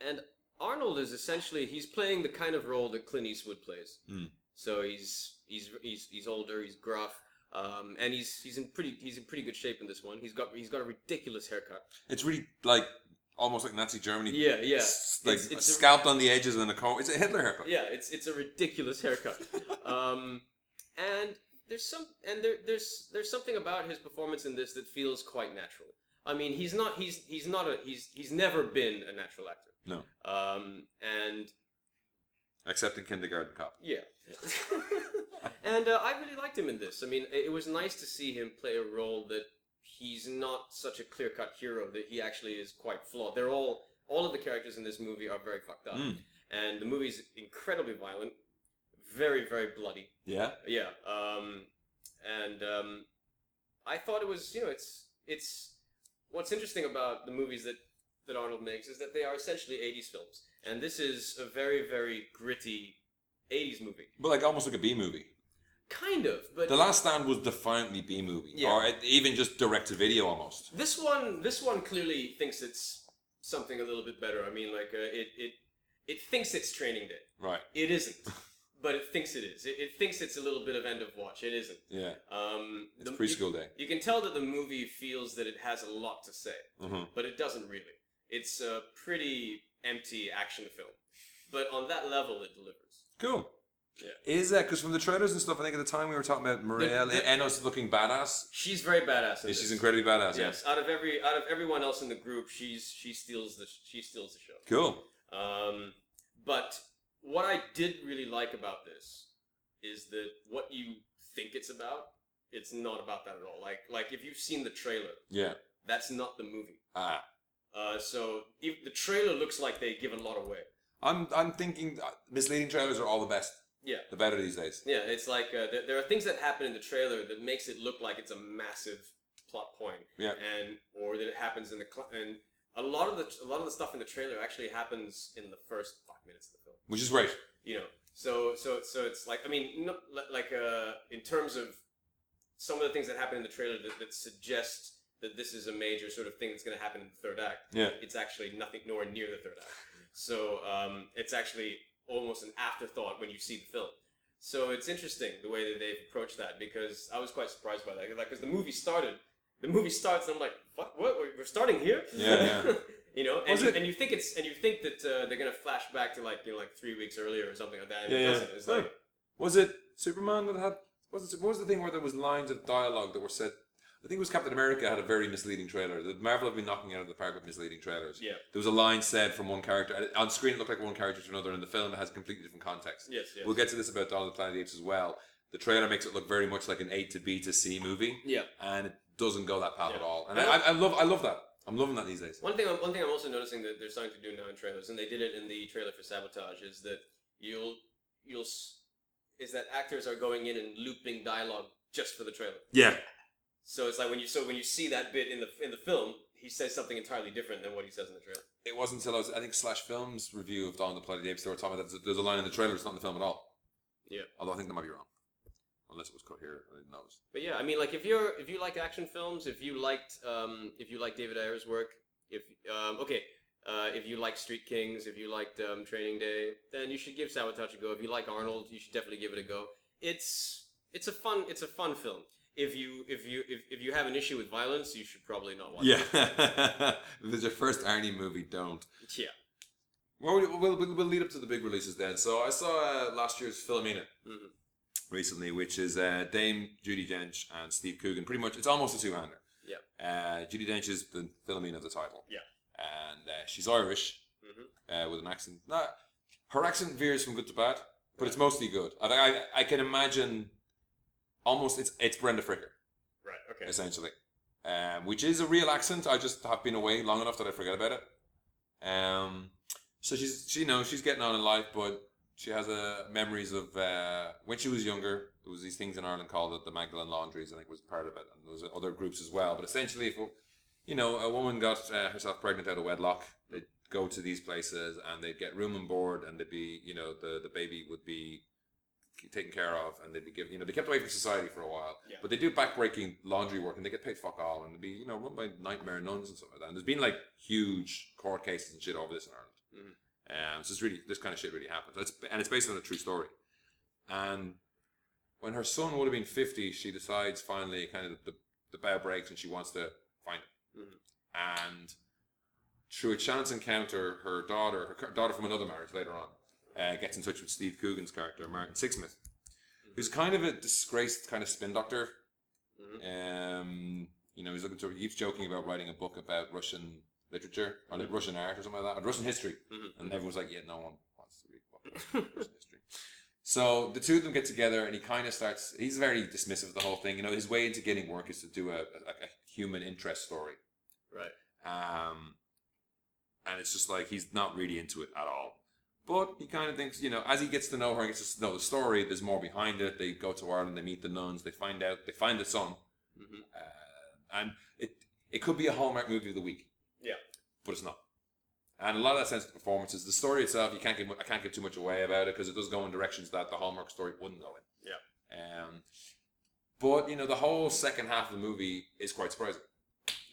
B: and Arnold is essentially he's playing the kind of role that Clint Eastwood plays.
A: Mm.
B: So he's he's he's he's older, he's gruff, um, and he's he's in pretty he's in pretty good shape in this one. He's got he's got a ridiculous haircut.
A: It's really like almost like Nazi Germany.
B: Yeah, yeah.
A: S- Like
B: It's- it's a-
A: scalped on the edges and a comb. It's a Hitler haircut.
B: Yeah, it's it's a ridiculous haircut. um, and there's some and there there's there's something about his performance in this that feels quite natural. I mean, he's not he's he's not a he's he's never been a natural actor.
A: No.
B: Um, and
A: Except in Kindergarten Cop.
B: yeah. *laughs* and uh, I really liked him in this. I mean, it, it was nice to see him play a role that he's not such a clear-cut hero that he actually is quite flawed. They're all all of the characters in this movie are very fucked up.
A: Mm.
B: And the movie's incredibly violent, very very bloody.
A: Yeah.
B: Yeah. Um, and um, I thought it was, you know, it's it's what's interesting about the movies that that Arnold makes is that they are essentially '80s films, and this is a very very gritty '80s movie,
A: But like almost like a B movie.
B: kind of. But
A: The Last Stand was defiantly B movie,
B: Yeah.
A: or it- even just direct to video almost.
B: this one this one clearly thinks it's something a little bit better. I mean, like uh, it it it thinks it's Training Day.
A: Right.
B: It isn't. But it thinks it is. It, it thinks it's a little bit of end of watch. It isn't.
A: Yeah.
B: Um,
A: It's
B: the-
A: preschool day.
B: You can tell that the movie feels that it has a lot to say,
A: hmm
B: but it doesn't really. It's a pretty empty action film, but on that level, it delivers.
A: Cool.
B: Yeah.
A: Is that because from the trailers and stuff? I think at the time we were talking about Marielle
B: the-
A: Enos looking badass.
B: She's very badass. In
A: Yeah,
B: this.
A: she's incredibly badass. Yeah.
B: Yes, out of every out of everyone else in the group, she's she steals the she steals the show.
A: Cool.
B: Um, but what I did really like about this is that what you think it's about, it's not about that at all. Like like if you've seen the trailer,
A: Yeah.
B: that's not the movie.
A: Ah.
B: Uh, so if the trailer looks like they give a lot away.
A: I'm I'm thinking uh, misleading trailers are all the best.
B: Yeah.
A: The better these days.
B: Yeah, it's like uh, there, there are things that happen in the trailer that makes it look like it's a massive plot point.
A: Yeah.
B: And or that it happens in the cl- and a lot of the a lot of the stuff in the trailer actually happens in the first five minutes of the film.
A: Which is great.
B: You know, so so so it's like I mean, no, li- like uh, in terms of some of the things that happen in the trailer that, that suggest that this is a major sort of thing that's going to happen in the third act.
A: Yeah.
B: it's actually nothing nowhere near the third act. So um, it's actually almost an afterthought when you see the film. So it's interesting the way that they've approached that because I was quite surprised by that. Like, because the movie started, the movie starts, and I'm like, what? What? We're- We're starting here?
A: Yeah,
B: *laughs*
A: yeah.
B: you know, and
A: Was
B: you,
A: it-
B: and you think it's and you think that uh, they're gonna flash back to like you know like three weeks earlier or something like that. And it
A: Yeah, yeah.
B: doesn't. It's like
A: Was it Superman that had? Was it? What was the thing where there was lines of dialogue that were said? I think it was Captain America had a very misleading trailer. The Marvel have been knocking it out of the park with misleading trailers.
B: Yeah.
A: There was a line said from one character and on screen. It looked like one character to another, and the film has completely different context.
B: Yes, yes.
A: We'll get to this about Dawn of the Planet of the Apes as well. The trailer makes it look very much like an A to B to C movie,
B: yeah.
A: and it doesn't go that path
B: Yeah.
A: at all. And I, I, I love, I love that. I'm loving that these days.
B: One thing, I'm, one thing I'm also noticing that they're starting to do now in trailers, and they did it in the trailer for Sabotage, is that you'll you'll s- is that actors are going in and looping dialogue just for the trailer.
A: Yeah,
B: So it's like when you so when you see that bit in the in the film, he says something entirely different than what he says in the trailer.
A: it wasn't until I was, I think, Slash Films review of Dawn of the Planet of the Apes, they were talking about that. There's a line in the trailer, it's not in the film at all.
B: Yeah.
A: Although I think that might be wrong. Unless it was coherent, I didn't notice.
B: But yeah, I mean, like if you're if you like action films, if you liked um, if you like David Ayer's work, if um, okay, uh, if you like Street Kings, if you liked um, Training Day, then you should give Sabotage a go. If you like Arnold, you should definitely give it a go. It's it's a fun it's a fun film. If you if you if, if you have an issue with violence, you should probably not watch it.
A: Yeah. *laughs* if it's your first Arnie movie, don't.
B: Yeah.
A: Well, we- we'll, we'll, we'll lead up to the big releases then. So I saw uh, last year's Philomena
B: Mhm.
A: recently, which is uh, Dame Judy Dench and Steve Coogan. Pretty much, it's almost a two-hander.
B: Yeah.
A: Uh, Judy Dench is the Philomena of the title.
B: Yeah.
A: And uh, she's Irish
B: Mhm.
A: uh, with an accent. Nah, her accent veers from good to bad, but it's mostly good. I, I, I can imagine almost it's it's Brenda Fricker
B: Right. Okay.
A: essentially, um, which is a real accent. I just have been away long enough that I forget about it. Um, so she's she you know she's getting on in life, but she has uh, memories of uh, when she was younger. There was these things in Ireland called it the Magdalen Laundries. I think was part of it, and there was other groups as well. But essentially, if you know a woman got uh, herself pregnant out of wedlock, they'd go to these places and they'd get room and board, and they'd be you know the the baby would be taken care of and they'd be given you know they kept away from society for a while
B: Yeah.
A: but they do backbreaking laundry work and they get paid fuck all and they'd be you know run by nightmare nuns and stuff like that and there's been like huge court cases and shit over this in Ireland um, so it's really this kind of shit really happens it's, and it's based on a true story and when her son would have been 50 she decides finally kind of the, the bell breaks and she wants to find him
B: Mhm.
A: and through a chance encounter her daughter her cur- daughter from another marriage later on uh, gets in touch with Steve Coogan's character, Martin Sixsmith, who's kind of a disgraced kind of spin doctor. Um, you know, he's looking to, he keeps joking about writing a book about Russian literature or like Russian art or something like that, or Russian history.
B: Mhm.
A: And everyone's like, yeah, no one wants to read a book about Russian history. So the two of them get together and he kind of starts, he's very dismissive of the whole thing. You know, his way into getting work is to do a, a, a human interest story.
B: Right.
A: Um, and it's just like he's not really into it at all. But he kind of thinks, you know, as he gets to know her and gets to know the story, there's more behind it. They go to Ireland, they meet the nuns, they find out, they find the son.
B: Mhm.
A: *laughs* Uh, and it it could be a Hallmark movie of the week.
B: Yeah.
A: But it's not. And a lot of that sense of the performances, the story itself, you can't give, mu- I can't give too much away about it because it does go in directions that the Hallmark story wouldn't go in. Yeah. Um, but you know, the whole second half of the movie is quite surprising.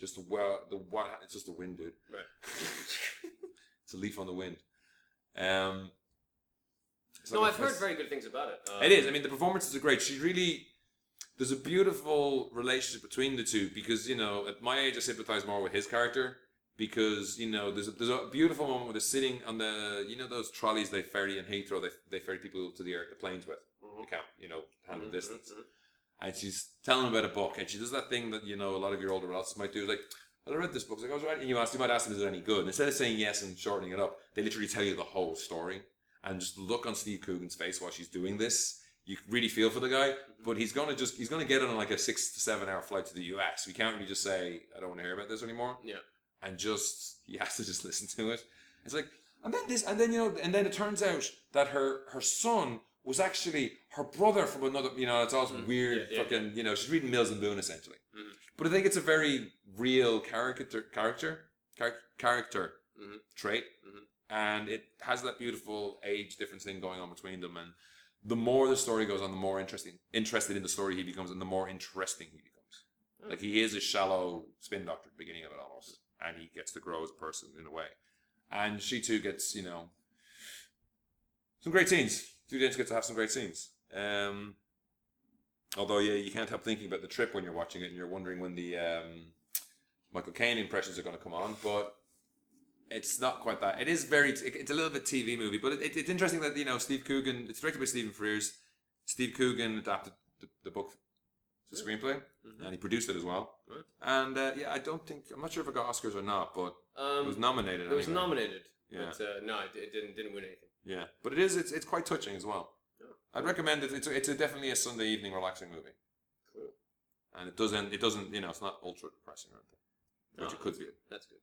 A: Just the well, the what? It's just the wind, dude.
B: Right.
A: it's a leaf on the wind. Um. it's
B: No,
A: like a
B: I've heard
A: fist-
B: very good things about it. Um,
A: it is. I mean, the performances are great. She really. There's a beautiful relationship between the two because you know, at my age, I sympathize more with his character because you know, there's a, there's a beautiful moment where they're sitting on the you know those trolleys they ferry in Heathrow. They they ferry people to the air, the planes with.
B: Mhm.
A: Can't, you know, handle
B: Mhm,
A: distance
B: mhm,
A: and she's telling him about a book, and she does that thing that you know a lot of your older relatives might do, like. Well, I read this book. It's Like, I was right, and you asked, you might ask them, is it any good? And instead of saying yes and shortening it up, they literally tell you the whole story. And just look on Steve Coogan's face while she's doing this. You really feel for the guy,
B: mm-hmm.
A: but he's gonna just he's gonna get on like a six to seven hour flight to the U.S. We can't really just say I don't want to hear about this anymore.
B: Yeah.
A: and just he has to just *laughs* listen to it. It's like and then this and then you know and then it turns out that her her son was actually her brother from another. You know, it's all some
B: Mm,
A: weird
B: yeah, yeah.
A: fucking. You know, she's reading Mills and Boone essentially.
B: Mhm.
A: But I think it's a very real character character char- character
B: Mhm.
A: trait,
B: Mhm.
A: and it has that beautiful age difference thing going on between them. And the more the story goes on, the more interesting interested in the story he becomes, and the more interesting he becomes.
B: Oh.
A: Like he is a shallow spin doctor at the beginning of it almost, and he gets to grow as a person in a way. And she too gets you know some great scenes. Judy Dench gets to have some great scenes. Um, although yeah, you can't help thinking about the trip when you're watching it, and you're wondering when the um, Michael Caine impressions are going to come on, but. It's not quite that. It is very. It's a little bit TV movie, but it, it, it's interesting that you know Steve Coogan. It's directed by Stephen Frears. Steve Coogan adapted the, the book It's a screenplay, and he produced it as well.
B: Right.
A: And uh, yeah, I don't think I'm not sure if it got Oscars or not, but
B: Um,
A: it was nominated.
B: It was
A: anyway.
B: nominated.
A: Yeah.
B: But, uh, no, it, it didn't didn't win anything.
A: Yeah, but it is. It's, it's quite touching as well.
B: Yeah.
A: I'd recommend it. It's, a, it's a definitely a Sunday evening relaxing movie,
B: Cool.
A: and it doesn't. It doesn't. You know, it's not ultra depressing or anything, which
B: No.
A: it could be.
B: That's good.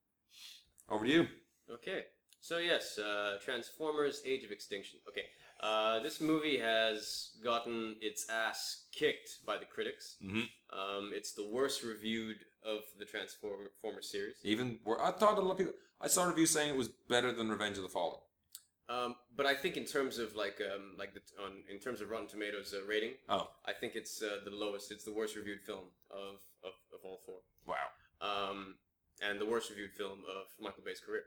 A: Over to you.
B: Okay. So yes, uh, Transformers: Age of Extinction. Okay. Uh, this movie has gotten its ass kicked by the critics.
A: Mhm.
B: Um, it's the worst reviewed of the Transformer series.
A: Even where I thought a lot of people. I saw reviews saying it was better than Revenge of the Fallen.
B: Um, but I think in terms of like um, like the on in terms of Rotten Tomatoes uh, rating,
A: Oh
B: I think it's uh, the lowest. It's the worst reviewed film of, of, of all four.
A: wow!
B: um, and the worst reviewed film of Michael Bay's career.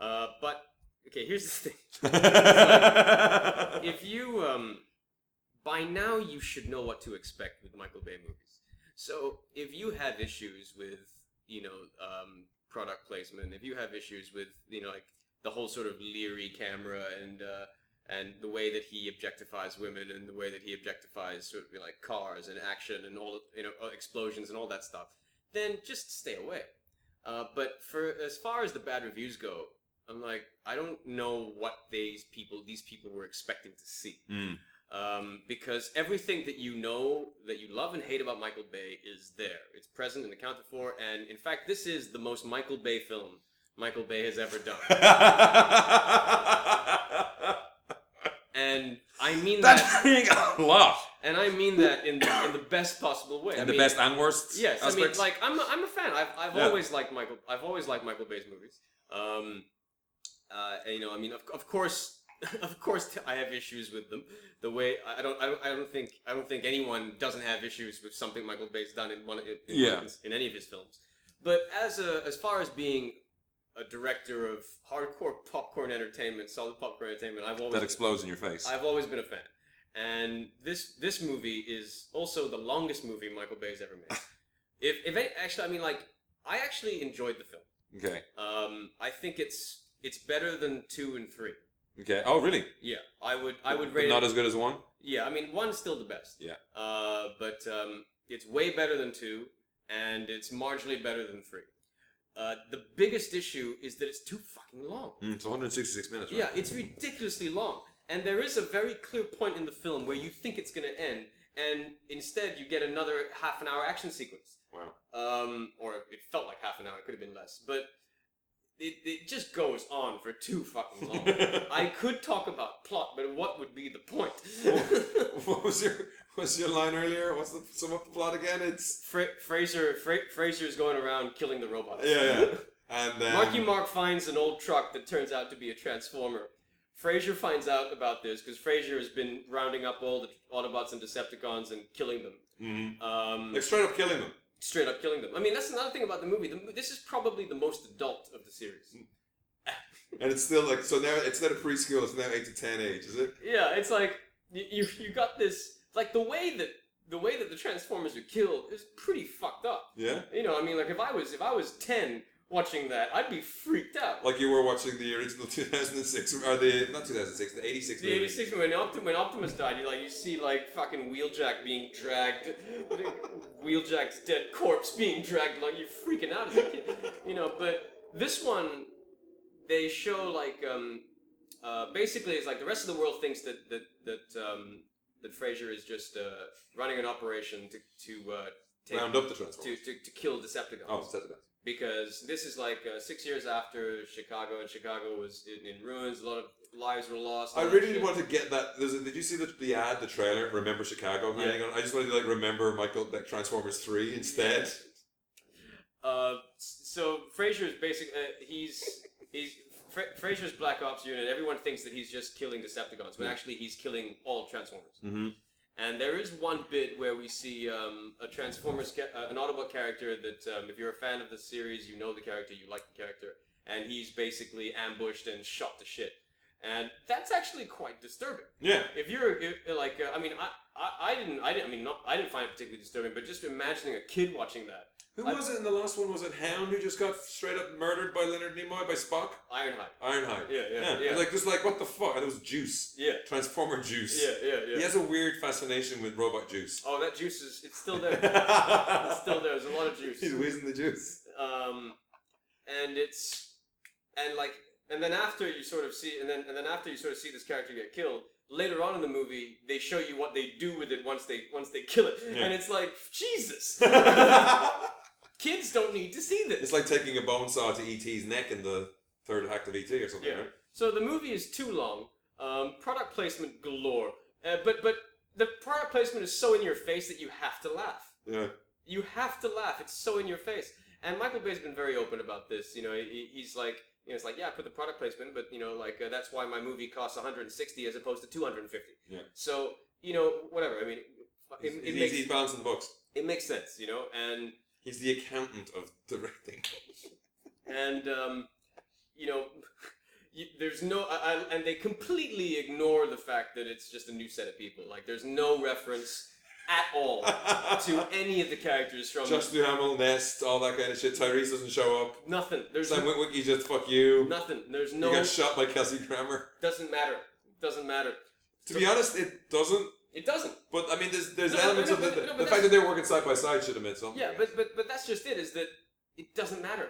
B: Uh, but okay, here's the *laughs* thing:
A: *laughs*
B: if you um, by now you should know what to expect with Michael Bay movies. So if you have issues with you know um, product placement, if you have issues with you know like the whole sort of leery camera and uh, and the way that he objectifies women and the way that he objectifies sort of like cars and action and all you know uh, explosions and all that stuff, then just stay away. Uh, but for as far as the bad reviews go, I'm like I don't know what these people these people were expecting to see *laughs*
A: Mm,
B: um, because everything that you know that you love and hate about Michael Bay is there. It's present and accounted for, and in fact, this is the most Michael Bay film Michael Bay has
A: *laughs*
B: ever done. and I mean
A: That's
B: that,
A: being a
B: *laughs*
A: lot
B: and I mean that in the, in the best possible way.
A: in
B: I
A: the
B: mean,
A: best and worst.
B: Yes, I mean,
A: aspects.
B: like I'm a, I'm a fan. I've, I've
A: Yeah.
B: always liked Michael. I've always liked Michael Bay's movies. Um, uh, and, you know, I mean, of, of course, *laughs* of course, t- I have issues with them. The way I I don't, I don't, I don't think, I don't think anyone doesn't have issues with something Michael Bay's done in one, in, in,
A: Yeah.
B: his- in any of his films. But as a, as far as being a director of hardcore popcorn entertainment, solid popcorn entertainment, I've always
A: that explodes in your face.
B: I've always been a fan, and this this movie is also the longest movie Michael Bay has ever
A: *laughs*
B: made. if if any, actually, I mean, like I actually enjoyed the film.
A: okay.
B: Um, I think it's it's better than two and three.
A: Okay. Oh really?
B: Yeah, I would I would
A: But
B: rate
A: not
B: it.
A: as good as one.
B: yeah, I mean, one's still the best.
A: Yeah.
B: Uh, but um, it's way better than two, and it's marginally better than three. Uh, the biggest issue is that it's too fucking long.
A: Mm, it's 166 minutes. Right?
B: Yeah, it's ridiculously long. And there is a very clear point in the film where you think it's going to end, and instead you get another half an hour action sequence.
A: Wow.
B: Um, or it felt like half an hour, it could have been less. But it, it just goes on for too
A: *laughs*
B: fucking long. I could talk about plot, but what would be the point?
A: *laughs* what was your what's your line earlier? What's the sum up the plot again? It's
B: *laughs* Fra- Fraser, Fra- Fraser is going around killing the robots.
A: yeah, yeah. And um,
B: Marky Mark finds an old truck that turns out to be a transformer. Frasier finds out about this because Frasier has been rounding up all the Autobots and Decepticons and killing them,
A: Mhm.
B: um,
A: like straight up killing them.
B: straight up killing them. I mean, that's another thing about the movie. The, mo- this is probably the most adult of the series.
A: And it's still like so now it's not a preschool, it's now eight to ten age, is it?
B: Yeah, it's like you, you you got this like the way that the way that the Transformers are killed is pretty fucked up.
A: Yeah.
B: You know, I mean, like if I was if I was ten watching that, I'd be freaked out.
A: Like you were watching the original *laughs* 2006 or the not 2006, the 86
B: The
A: movie.
B: 86 when, Opti- when Optimus died, you like you see like fucking Wheeljack being dragged, Wheeljack's dead corpse being dragged. Like you're freaking out as a kid, you know. But this one, they show like um, uh, basically it's like the rest of the world thinks that that that um, that Fraser is just uh, running an operation to to uh, take,
A: Round up the
B: to,
A: Transformers.
B: to to kill Decepticons
A: Oh, it's Decepticons.
B: because this is like uh, six years after Chicago, and Chicago was in, in ruins. A lot of lives were lost.
A: I
B: all that
A: really
B: Oh, shit.
A: want to get that. There's a, did you see the, the ad, the trailer? Remember Chicago?
B: Yeah.
A: Hang on. I just wanted to like remember Michael, like Transformers Three instead.
B: Uh, s- so Fraser is basically uh, he's he's Fra- Fraser's Black Ops unit. Everyone thinks that he's just killing Decepticons, but
A: Yeah.
B: actually he's killing all Transformers.
A: Mm-hmm.
B: And there is one bit where we see um, a Transformers, ca- uh, an Autobot character that, um, if you're a fan of the series, you know the character, you like the character, and he's basically ambushed and shot to shit. And that's actually quite disturbing.
A: Yeah.
B: If you're if, like, uh, I mean, I, I, I didn't, I didn't, I mean, not, I didn't find it particularly disturbing, but just imagining a kid watching that
A: Who
B: I-
A: was it in the last one? Was it Hound who just got straight up murdered by Leonard Nimoy by Spock?
B: Ironhide.
A: Ironhide.
B: Yeah, yeah, yeah.
A: Like just like what the fuck? And it was Juice.
B: Yeah,
A: Transformer Juice.
B: yeah, yeah, yeah.
A: He has a weird fascination with robot
B: *laughs*
A: juice.
B: Oh, that juice is it's still there. it's
A: it's
B: still there. There's a lot of juice.
A: *laughs* He's wheezing the
B: *laughs*
A: juice.
B: um, and it's and like and then after you sort of see and then and then after you sort of see this character get killed later on in the movie they show you what they do with it once they once they kill it
A: Yeah.
B: and it's like
A: *laughs*
B: jesus
A: it's
B: kids don't need to see this
A: like taking a bone saw to ET's neck in the third act of ET or something.
B: Yeah.
A: Right?
B: So the movie is too long. Um, product placement galore. Uh, but but the product placement is so in your face that you have to laugh.
A: Yeah.
B: You have to laugh. It's so in your face. And Michael Bay's been very open about this. You know, he, he's like, you know, it's like, yeah, I put the product placement, but you know, like uh, that's why my movie costs 160 as opposed to 250.
A: Yeah.
B: So you know, whatever. I mean, it,
A: He's,
B: it
A: he's,
B: makes
A: he's balancing the books.
B: it makes sense. You know, and
A: He's the accountant of
B: *laughs*
A: directing.
B: and um, you know, *laughs* you, there's no, I, I, and they completely ignore the fact that it's just a new set of people. Like, there's no reference at
A: *laughs*
B: all to any of the characters from
A: Justin Hamill, Nest, all that kind of shit. Tyrese doesn't show up.
B: nothing. There's
A: Sam Witwick, you just fuck you.
B: nothing. There's
A: You
B: no.
A: got shot by Kelsey Grammer.
B: Doesn't matter. Doesn't matter.
A: *laughs* To be honest, it doesn't.
B: It doesn't.
A: But I mean, there's there's
B: No, no,
A: elements
B: no,
A: of the,
B: but- no, but
A: the fact
B: that's-
A: that they're working side by side should have meant something.
B: Yeah, but but but that's just it. Is that it doesn't matter.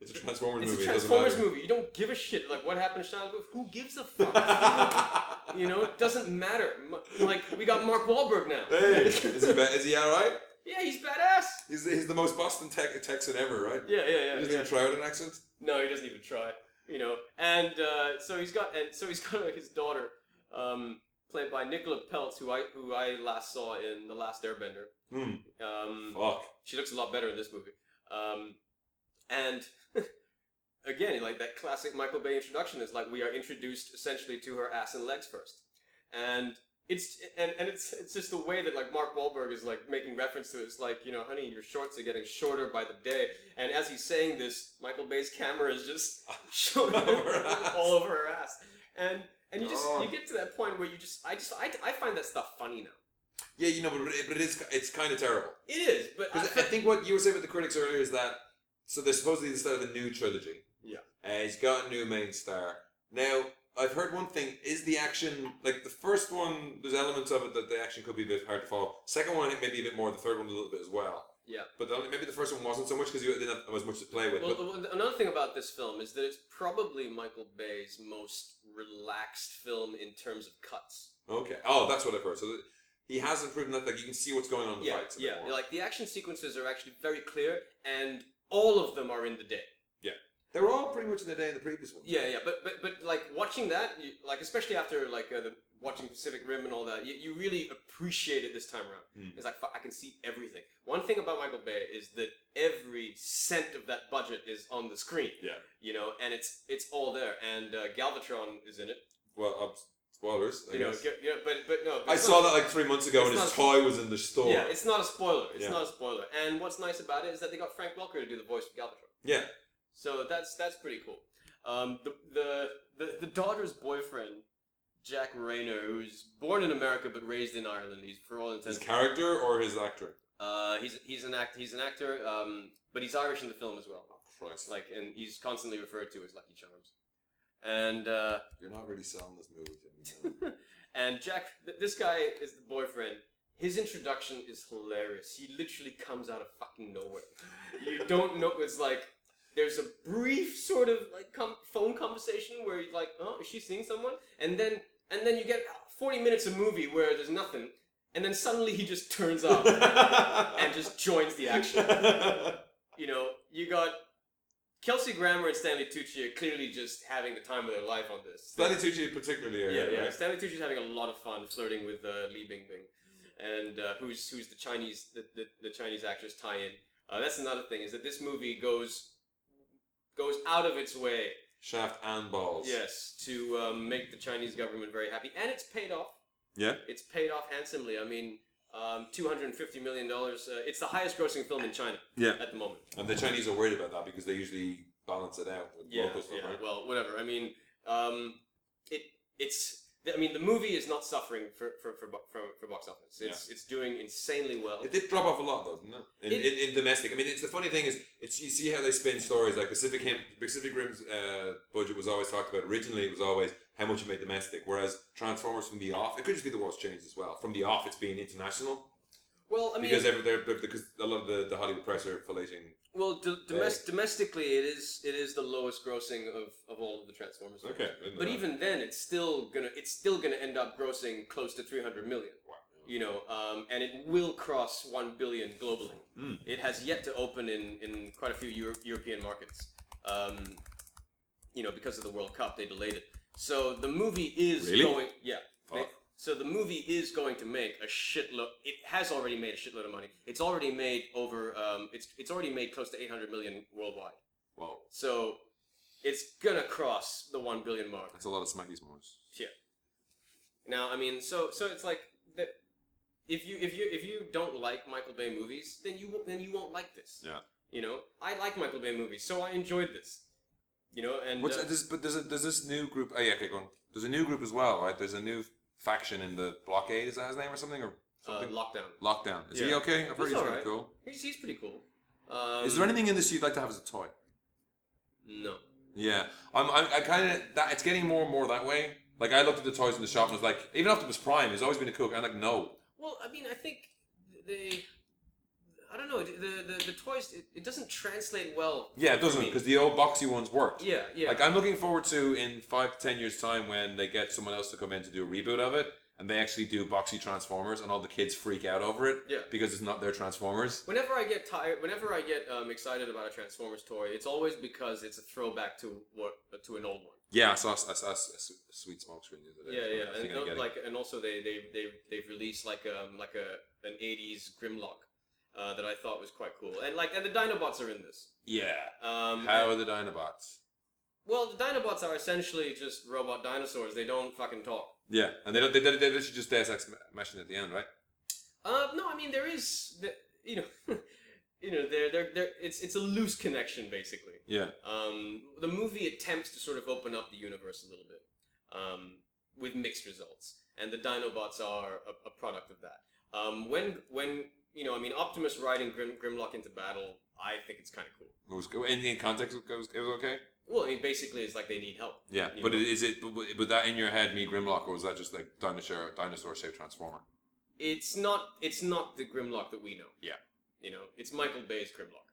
A: it's a Transformers
B: It's
A: movie.
B: a
A: it doesn't
B: Transformers
A: matter.
B: movie. You don't give a shit. Like what happened to Shia LaBeouf? Who
A: *laughs*
B: gives a fuck? you know, it doesn't matter. M- Like we got Mark Wahlberg now.
A: *laughs* Hey, is he, ba- is he all right?
B: *laughs* yeah, he's badass.
A: He's, he's the most Boston Tech Texan ever, right?
B: Yeah, yeah, yeah.
A: He doesn't
B: yeah.
A: even try out an accent.
B: No, he doesn't even try. You know, and uh, so he's got, and so he's *laughs* got his daughter, um, played by Nicola Peltz, who I who I last saw in the Last Airbender.
A: Hmm.
B: Um,
A: Fuck.
B: she looks a lot better in this movie. Um, and *laughs* again, like that classic Michael Bay introduction is like we are introduced essentially to her ass and legs first, and it's and, and it's it's just the way that like Mark Wahlberg is like making reference to it. It's like you know, honey, your shorts are getting shorter by the day. And as he's saying this, Michael Bay's camera is
A: *laughs*
B: just showing
A: Over her ass.
B: *laughs* all over her ass, and and you just
A: Oh.
B: you get to that point where you just I just I, I find that stuff funny now.
A: Yeah, you know, but it, but it is it's kind of terrible.
B: It is, but I,
A: Because I think what you were saying with the critics earlier is that so they're supposedly the start of a new trilogy.
B: Yeah.
A: Uh, he's got a new main star. Now, I've heard one thing is the action like the first one, there's elements of it that the action could be a bit hard to follow. Second one, it may be a bit more. The third one, a little bit as well.
B: Yeah.
A: But the, maybe the first one wasn't so much because you didn't have as much to play with.
B: Well,
A: but,
B: the- another thing about this film is that it's probably Michael Bay's most relaxed film in terms of cuts.
A: okay. Oh, that's what I've heard. So th- he has improved that. Like you can see what's going on in the
B: yeah,
A: fights. a bit
B: yeah.
A: more.
B: Like the action sequences are actually very clear, and all of them are in the day.
A: They were all pretty much in the day in the previous one.
B: Yeah, yeah. But but but like watching that, you, like especially after like uh, the, watching Pacific Rim and all that, you, you really appreciate it this time around.
A: Hmm.
B: It's like fuck, I can see everything. One thing about Michael Bay is that every cent of that budget is on the screen.
A: Yeah.
B: You know, and it's it's all there, and uh, Galvatron is in it.
A: Well, um, spoilers. I
B: you know,
A: guess.
B: get- yeah, but but no. But
A: I
B: it's
A: saw
B: not-
A: that like three months ago, and
B: It's
A: his
B: not-
A: toy was in the store.
B: Yeah, it's not a spoiler. It's
A: Yeah.
B: not a spoiler. And what's nice about it is that they got Frank Welker to do the voice of Galvatron.
A: Yeah.
B: So that's that's pretty cool. Um, the, the the the daughter's boyfriend, Jack Rayner, who's born in America but raised in Ireland. He's for all
A: His
B: intents.
A: character or his actor?
B: Uh, he's he's an act he's an actor. Um, but he's Irish in the film as well.
A: Christ.
B: Like, and he's constantly referred to as Lucky Charms. And uh,
A: You're not really selling this movie to me.
B: And Jack, th- this guy is the boyfriend. His introduction is hilarious. He literally comes out of fucking nowhere. You don't know. It's like there's a brief sort of like com- phone conversation where you're like, "Oh, is she seeing someone?" And then and then you get 40 minutes of movie where there's nothing, and then suddenly he just
A: *laughs*
B: turns up
C: *laughs*
B: and just joins the action. You know, you got Kelsey Grammer and Stanley Tucci are clearly just having the time of their life on this.
A: Stanley Tucci particularly.
B: Yeah,
A: Area,
B: yeah.
A: Right?
B: Stanley Tucci's having a lot of fun flirting with uh, Li Bingbing, and uh, who's who's the Chinese the, the, the Chinese actress tie-in. Uh, that's another thing is that this movie goes goes out of its way,
A: Shaft and balls.
B: yes, to um, make the Chinese government very happy, and it's paid off.
A: Yeah.
B: it's paid off handsomely. I mean, um, two hundred and fifty million dollars. Uh, it's the highest-grossing film in China.
A: Yeah.
B: at the moment.
A: And the Chinese are worried about that because they usually balance it out with
B: yeah,
A: local stuff,
B: yeah.
A: right?
B: Well, whatever. I mean, um, it it's I mean, the movie is not suffering for for for, bo- for, for box office. It's it's doing insanely well.
C: It did drop off a lot, though, didn't it? In,
B: It-
C: in, in domestic, I mean, it's the funny thing is, it's you see how they spin stories. Like Pacific Him, Pacific Rim's uh, budget was always talked about. Originally, it was always how much you made domestic. Whereas Transformers from the off, it could just be the world's changed as well. From the off, it's being international
B: Well, I mean,
C: because every, they're, they're- because a lot of the, the Hollywood press are collating.
B: well, do, domest- domestically, it is it is the lowest grossing of, of all of the Transformers. films.
C: Okay, I didn't know
B: But
C: that.
B: even then, it's still gonna it's still gonna end up grossing close to 300 million.
C: Wow.
B: You know, um, and it will cross 1 billion globally.
C: Mm.
B: It has yet to open in, in quite a few Euro- European markets. Um, you know, because of the World Cup, they delayed it. So the movie is
C: Really?
B: going. Yeah. They-
C: Fuck.
B: so the movie is going to make a shitload. It has already made a shitload of money. It's already made over. Um, it's it's already made close to 800 million worldwide.
C: Wow,
B: So it's gonna cross the 1 billion mark.
C: that's a lot of smacky s'mores.
B: Now, I mean, so so it's like that. If you if you if you don't like Michael Bay movies, then you won't- then you won't like this.
C: Yeah.
B: You know, I like Michael Bay movies, so I enjoyed this. You know, and
A: What's
B: uh,
A: this, but there's a, there's this new group. Oh yeah, okay, go on. There's a new group as well, right? There's a new faction in the blockade. Is that his name or something? Or
B: uh,
A: something?
B: lockdown.
A: lockdown. Is he
B: yeah.
A: okay? I've heard
B: He's
A: he's
B: alright.
A: pretty cool.
B: He's, he's pretty cool. Um,
A: Is there anything in this you'd like to have as a toy?
B: No.
A: Yeah, I'm. I'm I kind of that. It's getting more and more that way. Like I looked at the toys in the shop and was like, even Optimus Prime has always been a cook. I'm like, no,
B: Well, I mean, I think they. I don't know. The the, the toys. It, it doesn't translate well.
A: yeah, it doesn't
B: Me.
A: because the old boxy ones worked.
B: Yeah. Yeah.
A: Like I'm looking forward to in five to ten years time when they get someone else to come in to do a reboot of it and they actually do boxy Transformers and all the kids freak out over it
B: Yeah.
A: because it's not their Transformers.
B: Whenever I get tired, whenever I get um, excited about a Transformers toy, it's always because it's a throwback to what to an old one.
A: Yeah, I saw, I saw, I saw a s- a sweet smoke screen the other day.
B: Yeah,
A: so I
B: yeah,
A: think
B: and
A: I
B: they'll-
A: get it.
B: like, and also they they they they've released like um like a an '80s Grimlock uh, that I thought was quite cool, and like and the Dinobots are in this.
A: yeah.
B: Um,
A: How are the Dinobots?
B: well, the Dinobots are essentially just robot dinosaurs. They don't fucking talk.
A: Yeah, and they don't, they, they, they literally just Deus Ex Machina at the end, right?
B: Uh, no, I mean there is the, you know. *laughs* You know, they're, they're, they're, it's, it's a loose connection, basically.
A: Yeah.
B: Um, the movie attempts to sort of open up the universe a little bit, um, with mixed results, and the Dinobots are a, a product of that. Um, when when you know, I mean, Optimus riding Grim, Grimlock into battle, I think it's kind of cool.
A: It was good. In, in context, it was, it was okay.
B: Well, I mean, basically, it's like they need help.
A: Yeah,
B: You
A: but
B: know.
A: is it? But, but that in your head, me Grimlock, or was that just like dinosaur, dinosaur shaped transformer?
B: It's not it's not the Grimlock that we know.
A: Yeah.
B: you know, it's Michael Bay's
A: *laughs*
B: Grimlock.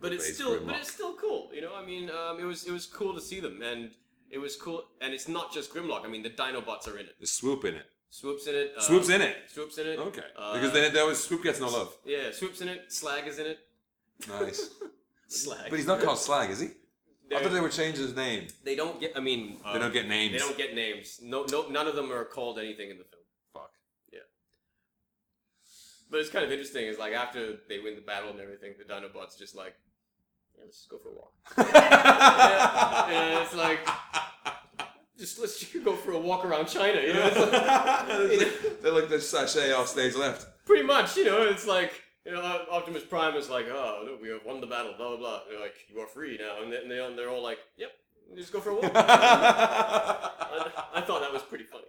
B: but it's
A: Bay's
B: still but
A: Grimlock.
B: it's still cool. You know, I mean, um, it was it was cool to see them, and it was cool, and it's not just Grimlock. I mean, the Dinobots are in it.
A: There's swoop in it.
B: Swoops in it. Uh,
A: Swoop's in it.
B: Swoops in it.
A: Okay.
B: Uh,
A: because then there was Swoop gets no love.
B: Yeah, Swoops in it. Slag is in it.
A: *laughs* Nice.
B: Slag.
A: but he's not called Slag, is he?
B: They're-
A: I thought they were changing his name.
B: they don't get. I mean, uh,
A: They don't get names.
B: They don't get names. No, no, none of them are called anything in the film.
A: Fuck.
B: But it's kind of interesting. Is like after they win the battle and everything, the Dinobots just like, yeah, let's just go for
A: *laughs*
B: a walk. yeah, *laughs* yeah, it's like just let's just go for a walk around China.
A: *laughs*
B: You know, it's like,
A: They're like the sachet off stage
B: *laughs*
A: left.
B: pretty much. You know, it's like. You know, Op- Optimus Prime is like, oh, look, we have won the battle, blah, blah, blah. They're like, you are free now. And they- and they're all- they're all like, yep, just go for a
A: *laughs*
B: walk. I, I thought that was pretty funny.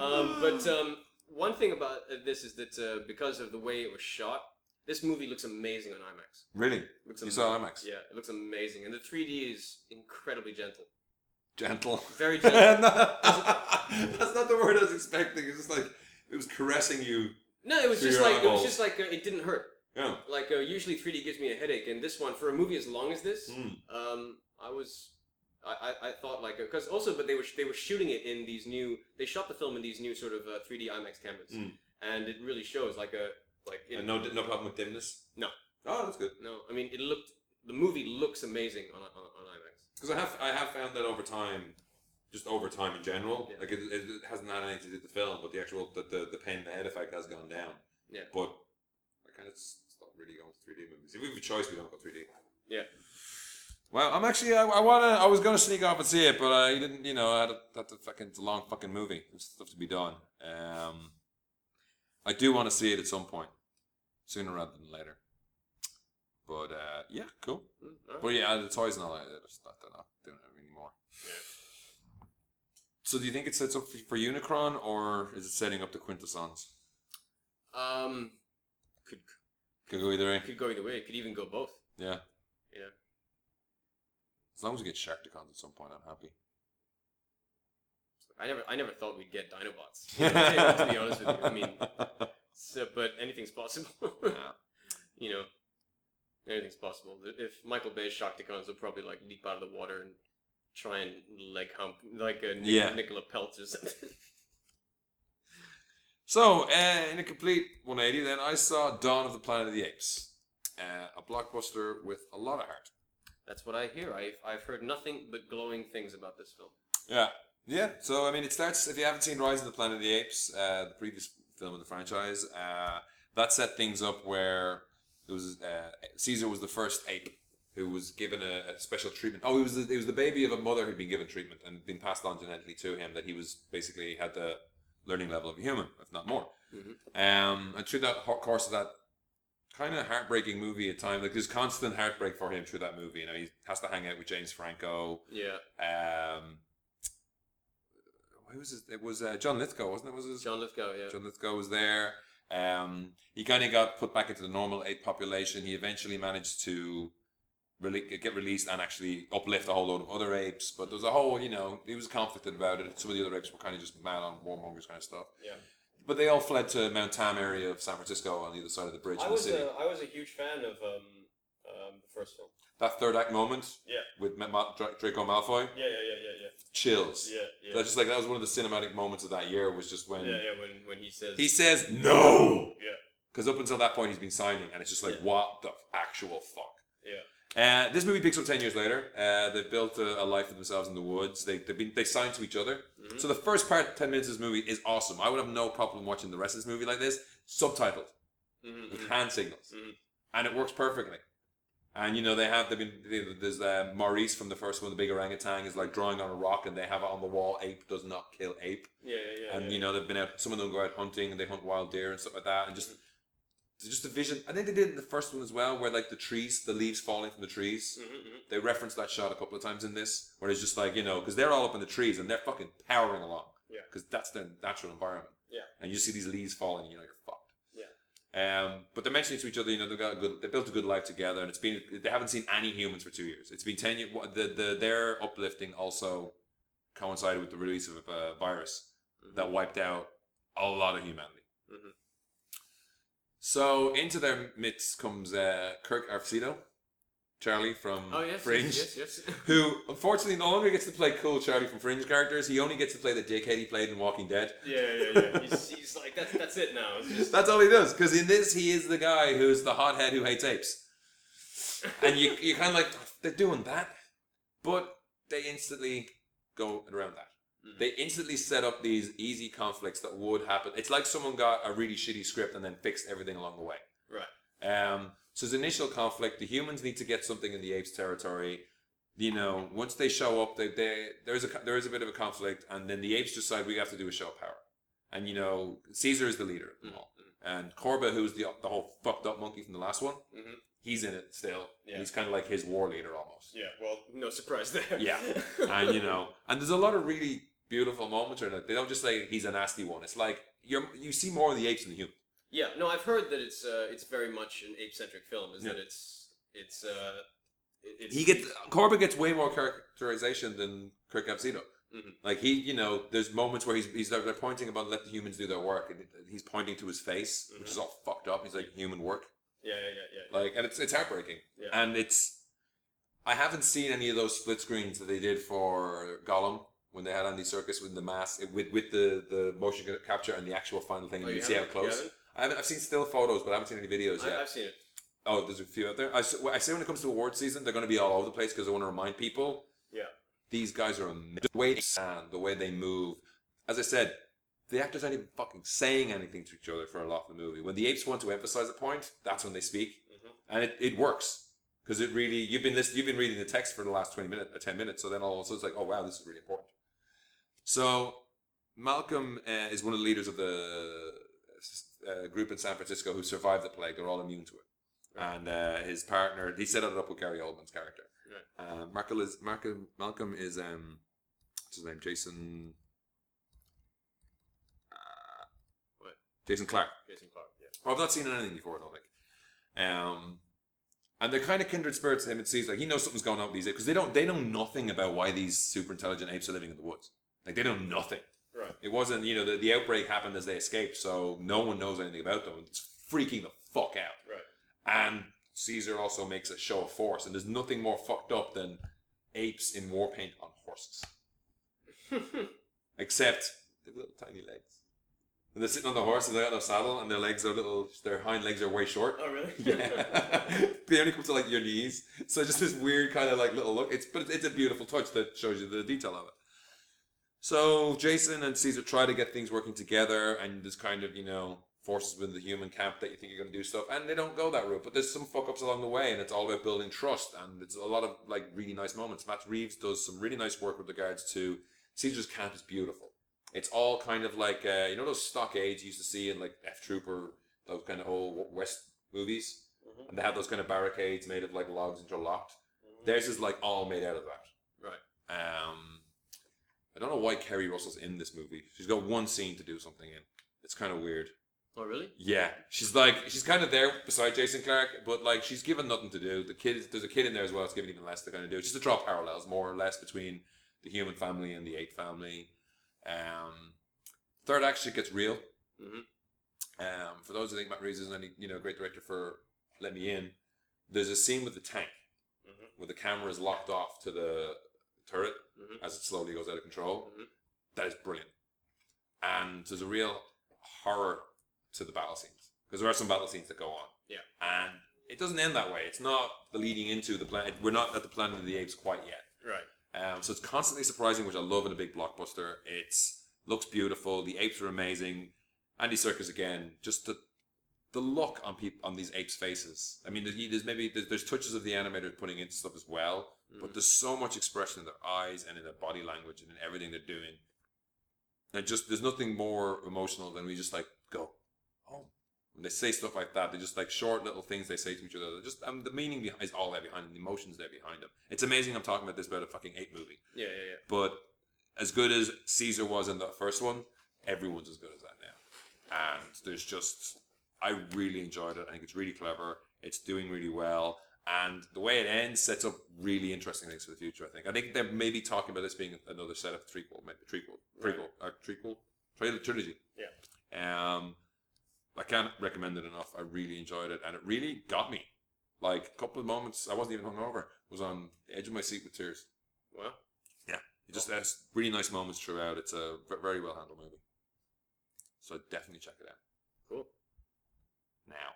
B: Um, but um, one thing about uh, this is that uh, because of the way it was shot, this movie looks amazing on IMAX.
A: really,
B: Looks
A: you
B: amazing.
A: saw IMAX.
B: Yeah, it looks amazing, and the 3D is incredibly gentle, *laughs*
A: Gentle. *laughs*
B: very gentle.
A: that's not the word I was expecting. It's just like it was caressing you.
B: no, it was
A: So
B: just
A: you're
B: like it was
A: eyeballs.
B: just like uh, it didn't hurt.
A: Yeah.
B: Like uh, usually 3D gives me a headache, and this one for a movie as long as this,
A: Mm.
B: um, I was. I, I, I thought like because also but they were sh- they were shooting it in these new they shot the film in these new sort of uh, 3D IMAX cameras
A: Mm.
B: and it really shows like a like it,
C: And no, no problem with dimness.
A: Oh, that's good.
B: No, I mean it looked. The movie looks amazing on on, on IMAX.
C: Because I have I have found that over time, just over time in general,
B: Yeah.
C: like it, it hasn't had anything to do with the film, but the actual the the, the pain in the head effect has gone down.
B: Yeah.
C: But I kind of stopped really going to 3D movies. If we have a choice, we don't go 3D.
A: Well, I'm actually. I, I wanna. I was gonna sneak off and see it, but I didn't. You know, I had a, had to fucking it's a long fucking movie. There's stuff to be done. Um, I do want to see it at some point, sooner rather than later. But uh, yeah, cool.
B: Mm, alright. Mm,
A: But yeah, the toys and all that. I just, I don't know. Doing it anymore. anymore. So do you think it sets up for Unicron, or is it setting up the Quintessons?
B: Um, could
A: Could go either way.
B: could go either way. It could even go both.
A: Yeah.
B: Yeah.
A: As long as we get Sharkticons at some point, I'm happy.
B: I never I never thought we'd get Dinobots. *laughs* you know, to be honest with you, I mean, so, but anything's possible. *laughs*
A: Yeah.
B: you know, anything's possible. If Michael Bay's Shocktacons will probably like leap out of the water and try and leg hump like a Nic-
A: Yeah.
B: Nicola Peltz or something.
A: *laughs*
B: *laughs*
A: So, uh, in a complete 180, then I saw Dawn of the Planet of the Apes, uh, a blockbuster with a lot of heart.
B: That's what I hear. I've I've heard nothing but glowing things about this film.
A: Yeah. Yeah. So I mean, it starts. If you haven't seen Rise of the Planet of the Apes, uh, the previous film of the franchise, uh, that set things up where it was uh, Caesar was the first ape who was given a, a special treatment. Oh, he was the, he was the baby of a mother who'd been given treatment and been passed on genetically to him that he was basically had the learning level of a human, if not more.
B: Mhm.
A: Um, and through that ho- course of that kind of heartbreaking movie at times, like there's constant heartbreak for him through that movie. You know, he has to hang out with James Franco.
B: Yeah,
A: Um, who was it? It was uh, John Lithgow, wasn't it? Was his
B: John Lithgow. Yeah,
A: John Lithgow was there. Um, he kind of got put back into the normal ape population. He eventually managed to rele- get released and actually uplift a whole load of other apes. But there was a whole, you know, he was conflicted about it. Some of the other apes were kind of just mad on warmongers kind of stuff.
B: Yeah.
A: But they all fled to Mount Tam area of San Francisco on the other side of the bridge
B: I
A: in the
B: was uh,
A: city.
B: a, I was a huge fan of um, um, the first film.
A: That third act moment
B: Yeah.
A: with Ma- Ma- Dra- Draco Malfoy,
B: Yeah, yeah, yeah, yeah, yeah,
A: chills.
B: yeah, yeah.
A: That's just like that was one of the cinematic moments of that year was just when
B: yeah, yeah. When when he says
A: he says no.
B: Yeah.
A: Because up until that point he's been signing, and it's just like
B: Yeah.
A: what the actual fuck.
B: yeah.
A: Uh, this movie picks up ten years later. Uh, they've built a, a life for themselves in the woods. They they've been they signed to each other.
B: Mhm.
A: So the first part, ten minutes of this movie, is awesome. I would have no problem watching the rest of this movie like this, subtitled
B: Mhm,
A: with
B: mhm.
A: hand signals,
B: Mhm.
A: and it works perfectly. And you know they have they've been they, there's uh, Maurice from the first one, the big orangutan, is like drawing on a rock, and they have it on the wall. Ape does not kill ape
B: Yeah, yeah, yeah.
A: and
B: yeah.
A: you know they've been out. Some of them go out hunting and they hunt wild deer and stuff like that, and just it's just a vision. I think they did it in the first one as well, where like the trees, the leaves falling from the trees.
B: Mhm, mhm.
A: They referenced that shot a couple of times in this, where it's just like you know, because they're all up in the trees and they're fucking powering along,
B: Yeah.
A: because that's their natural environment.
B: Yeah.
A: and you see these leaves falling, and you know you're fucked.
B: Yeah.
A: Um, but they're mentioning to each other, you know, they've got a good, they built a good life together, and it's been they haven't seen any humans for two years. It's been ten years. The, the their uplifting also coincided with the release of a virus
B: mm-hmm.
A: that wiped out a lot of humanity.
B: Mhm.
A: So into their midst comes uh, Kirk Arvsito, Charlie from
B: Oh yes,
A: Fringe,
B: yes, yes, yes.
A: who unfortunately no longer gets to play cool Charlie from Fringe characters. He only gets to play the dickhead he played in Walking Dead.
B: yeah, yeah,
A: *laughs*
B: yeah. He's, he's like that's that's it now. It's just
A: That's all he does. Because in this, he is the guy who's the hothead who hates apes, and you you kind of like they're doing that, but they instantly go around that.
B: Mhm.
A: They instantly set up these easy conflicts that would happen. It's like someone got a really shitty script and then fixed everything along the way.
B: right.
A: Um, so there's initial conflict. The humans need to get something in the apes' territory. You know, once they show up, they, they there is a there is a bit of a conflict, and then the apes decide we have to do a show of power. And you know, Caesar is the leader of them all, and Corba, who's the the whole fucked up monkey from the last one,
B: Mhm.
A: he's in it still.
B: Yeah.
A: He's kind of like his war leader almost.
B: Yeah. Well, no surprise there. *laughs*
A: Yeah. *laughs* and you know, and there's a lot of really beautiful moments in it. They don't just say he's a nasty one. It's like you're you see more of the apes than the human.
B: Yeah, no, I've heard that it's uh, it's very much an ape-centric film. Is that it's it's uh, it- it's
A: He gets Corba gets way more characterization than Kirk Capsito.
B: Mhm.
A: Like he, you know, there's moments where he's he's they're pointing about let the humans do their work, and he's pointing to his face, which
B: Mm-hmm.
A: is all fucked up. He's like human work,
B: yeah, yeah, yeah, yeah.
A: like, and it's it's heartbreaking.
B: Yeah.
A: And it's I haven't seen any of those split screens that they did for Gollum when they had Andy Circus with the mask with with the the motion capture and the actual final thing.
B: Oh,
A: and you
B: you
A: can see how
B: haven't- you
A: close.
B: haven't?
A: I haven't, I've seen still photos, but I haven't seen any videos yet.
B: I, I've seen it.
A: Oh, there's a few out there. I, s- I say when it comes to award season, they're going to be all over the place because I want to remind people.
B: Yeah.
A: These guys are amazing. The way they sound, the way they move. As I said, the actors aren't even fucking saying anything to each other for a lot of the movie. When the apes want to emphasize a point, that's when they speak,
B: Mhm.
A: and it, it works because it really you've been listening, you've been reading the text for the last twenty minutes, or ten minutes. So then all of a sudden it's like, oh wow, this is really important. So Malcolm uh, is one of the leaders of the uh, group in San Francisco who survived the plague. They're all immune to it.
B: Right.
A: And uh, his partner, he set it up with Gary Oldman's character.
B: Right.
C: Um,
A: Malcolm is Malcolm. Malcolm is um, what's his name? Jason. uh,
B: What?
A: Jason Clark.
B: Jason Clark. Yeah.
A: Well, I've not seen anything before. I don't think. Um, and they're kind of kindred spirits to him. It seems like he knows something's going on with these apes because they don't. They know nothing about why these super intelligent apes are living in the woods. Like they know nothing.
B: Right.
A: It wasn't. You know, the, the outbreak happened as they escaped, so no one knows anything about them. It's freaking the fuck out.
B: Right.
A: And Caesar also makes a show of force, and there's nothing more fucked up than apes in war paint on horses, *laughs* except they have little tiny legs. And they're sitting on the horse, and they got no saddle, and their legs are little. Their hind legs are way short.
B: *laughs* oh really?
A: *laughs*
B: *laughs*
A: Yeah, they only come to like your knees. So just this weird kind of like little look. It's but it's, it's a beautiful touch that shows you the detail of it. So Jason and Caesar try to get things working together, and there's kind of you know forces within the human camp that you think you're going to do stuff, and they don't go that route. But there's some fuck ups along the way, and it's all about building trust, and it's a lot of like really nice moments. Matt Reeves does some really nice work with regards to Caesar's camp is beautiful. It's all kind of like uh, you know those stockades you used to see in like F Troop or those kind of old West movies
B: Mhm.
A: and they have those kind of barricades made of like logs interlocked.
B: Mhm.
A: Theirs is like all made out of that.
B: Right.
A: Um, I don't know why Kerry Russell's in this movie. She's got one scene to do something in. It's kind of weird.
B: Oh really?
A: Yeah, she's like she's kind of there beside Jason Clark, but like she's given nothing to do. The kid, there's a kid in there as well. It's given even less to kind of do. Just to draw parallels, more or less, between the human family and the ape family. Um, third act shit gets real.
B: Mhm.
A: Um, for those who think Matt Reeves isn't any you know great director for Let Me In, there's a scene with the tank
B: Mhm.
A: where the camera is locked off to the turret
B: Mhm.
A: as it slowly goes out of control.
B: Mhm.
A: That is brilliant. And there's a real horror to the battle scenes because there are some battle scenes that go on.
B: Yeah.
A: And it doesn't end that way. It's not the leading into the planet. We're not at the Planet of the Apes quite yet.
B: Right.
A: Um, so it's constantly surprising, which I love in a big blockbuster. It's looks beautiful. The apes are amazing. Andy Serkis again, just the the look on people on these apes' faces. I mean, there's, there's maybe there's, there's touches of the animator putting into stuff as well,
B: Mm-hmm.
A: but there's so much expression in their eyes and in their body language and in everything they're doing. And just there's nothing more emotional than we just like go home. When they say stuff like that, they're just like short little things they say to each other. They're Just um, the meaning behind is all there behind, them, the emotions there behind them. It's amazing. I'm talking about this about a fucking ape movie,
B: Yeah, yeah, yeah.
A: but as good as Caesar was in that first one, everyone's as good as that now. And there's just, I really enjoyed it. I think it's really clever. It's doing really well. And the way it ends sets up really interesting things for the future. I think. I think they're maybe talking about this being another set of trequel, maybe trequel, prequel, or trequel, tril- trilogy.
B: Yeah.
A: Um, I can't recommend it enough. I really enjoyed it, and it really got me. Like a couple of moments, I wasn't even hungover. Was on the edge of my seat with tears.
B: Well,
A: It just has really nice moments throughout. It's a v- very well handled movie. So definitely check it out
B: cool.
A: now.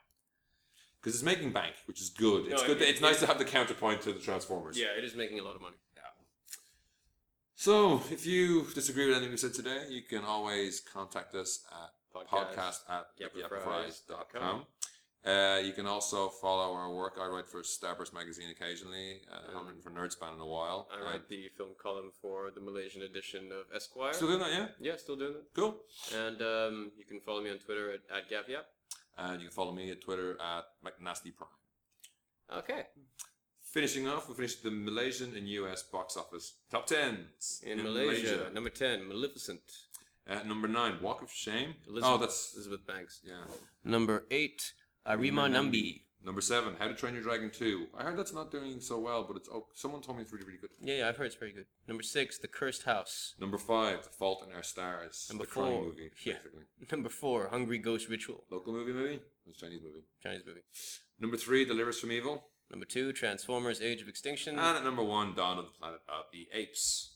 A: Because it's making bank, which is good. It's
B: No,
A: good.
B: it-
A: that- it's
B: it-
A: nice to have the counterpoint to the Transformers.
B: Yeah, it is making a lot of money.
A: So if you disagree with anything we said today, you can always contact us at podcast, at
B: yappafries.com.
A: yappafries.com. Uh, you can also follow our work. I write for Starburst magazine occasionally. Uh, I haven't written for Nerdspan in a while.
B: I
A: Uh,
B: write the film column for the Malaysian edition of Esquire.
A: Uh, Still doing that, yeah?
B: yeah, still doing it.
A: Cool.
B: And um, you can follow me on Twitter at, at GapYap.
A: And Uh, you can follow me at Twitter at McNastyPrime.
B: Okay.
A: Finishing off, we finished the Malaysian and US box office top tens
B: In, Malaysia, number 10, Maleficent,
A: At number nine, Walk of Shame.
B: Elizabeth-
A: Oh, that's
B: Elizabeth Banks.
A: yeah.
B: Number 8, Arima Nambi.
A: Number seven, How to Train Your Dragon Two. I heard that's not doing so well, but it's oh, someone told me it's really really good.
B: Yeah, yeah, I've heard it's very good. Number 6, The Cursed House.
A: Number five, The Fault in Our Stars.
B: Number
A: the crime
B: four,
A: movie,
B: yeah.
A: basically.
B: Number 4, Hungry Ghost Ritual,
A: Local movie, maybe. It's a Chinese movie.
B: Chinese movie.
A: Number three, Deliver Us from Evil.
B: Number 2, Transformers Age of Extinction.
A: And at number one, Dawn of the Planet of the Apes.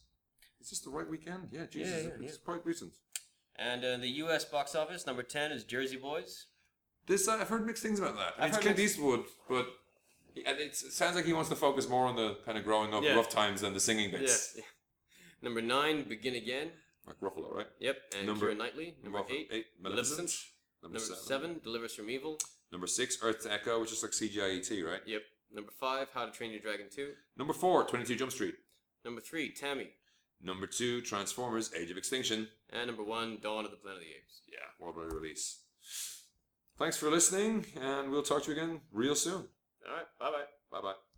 A: Is this the right weekend? Yeah, Jesus,
B: yeah,
A: it's
B: yeah.
A: quite recent.
B: and uh, the US box office, number 10 is Jersey Boys.
A: This uh, I've heard mixed things about that. I mean,
B: I've
A: it's
B: heard
A: Clint Eastwood, but he- and it's, it sounds like he wants to focus more on the kind of growing up
B: Yeah.
A: rough times than the singing bits.
B: Yes. *laughs* number 9, Begin Again.
A: Like Ruffalo, right?
B: Yep. And
A: Number-
B: Keira Knightley. Number,
A: Ruffalo-
B: 8,
A: Maleficent.
B: Maleficent.
A: Number,
B: Number
A: seven.
B: seven, Delivers from Evil.
A: Number six, Earth's Echo, which is like CGI ET, E right?
B: Yep. Number five, How to Train Your Dragon 2.
A: Number four, 22 Jump Street.
B: Number three, Tammy.
A: Number two, Transformers: Age of Extinction.
B: And number one, Dawn of the Planet of the Apes.
A: Yeah, worldwide release. Thanks for listening, and we'll talk to you again real soon.
B: All right. Bye bye.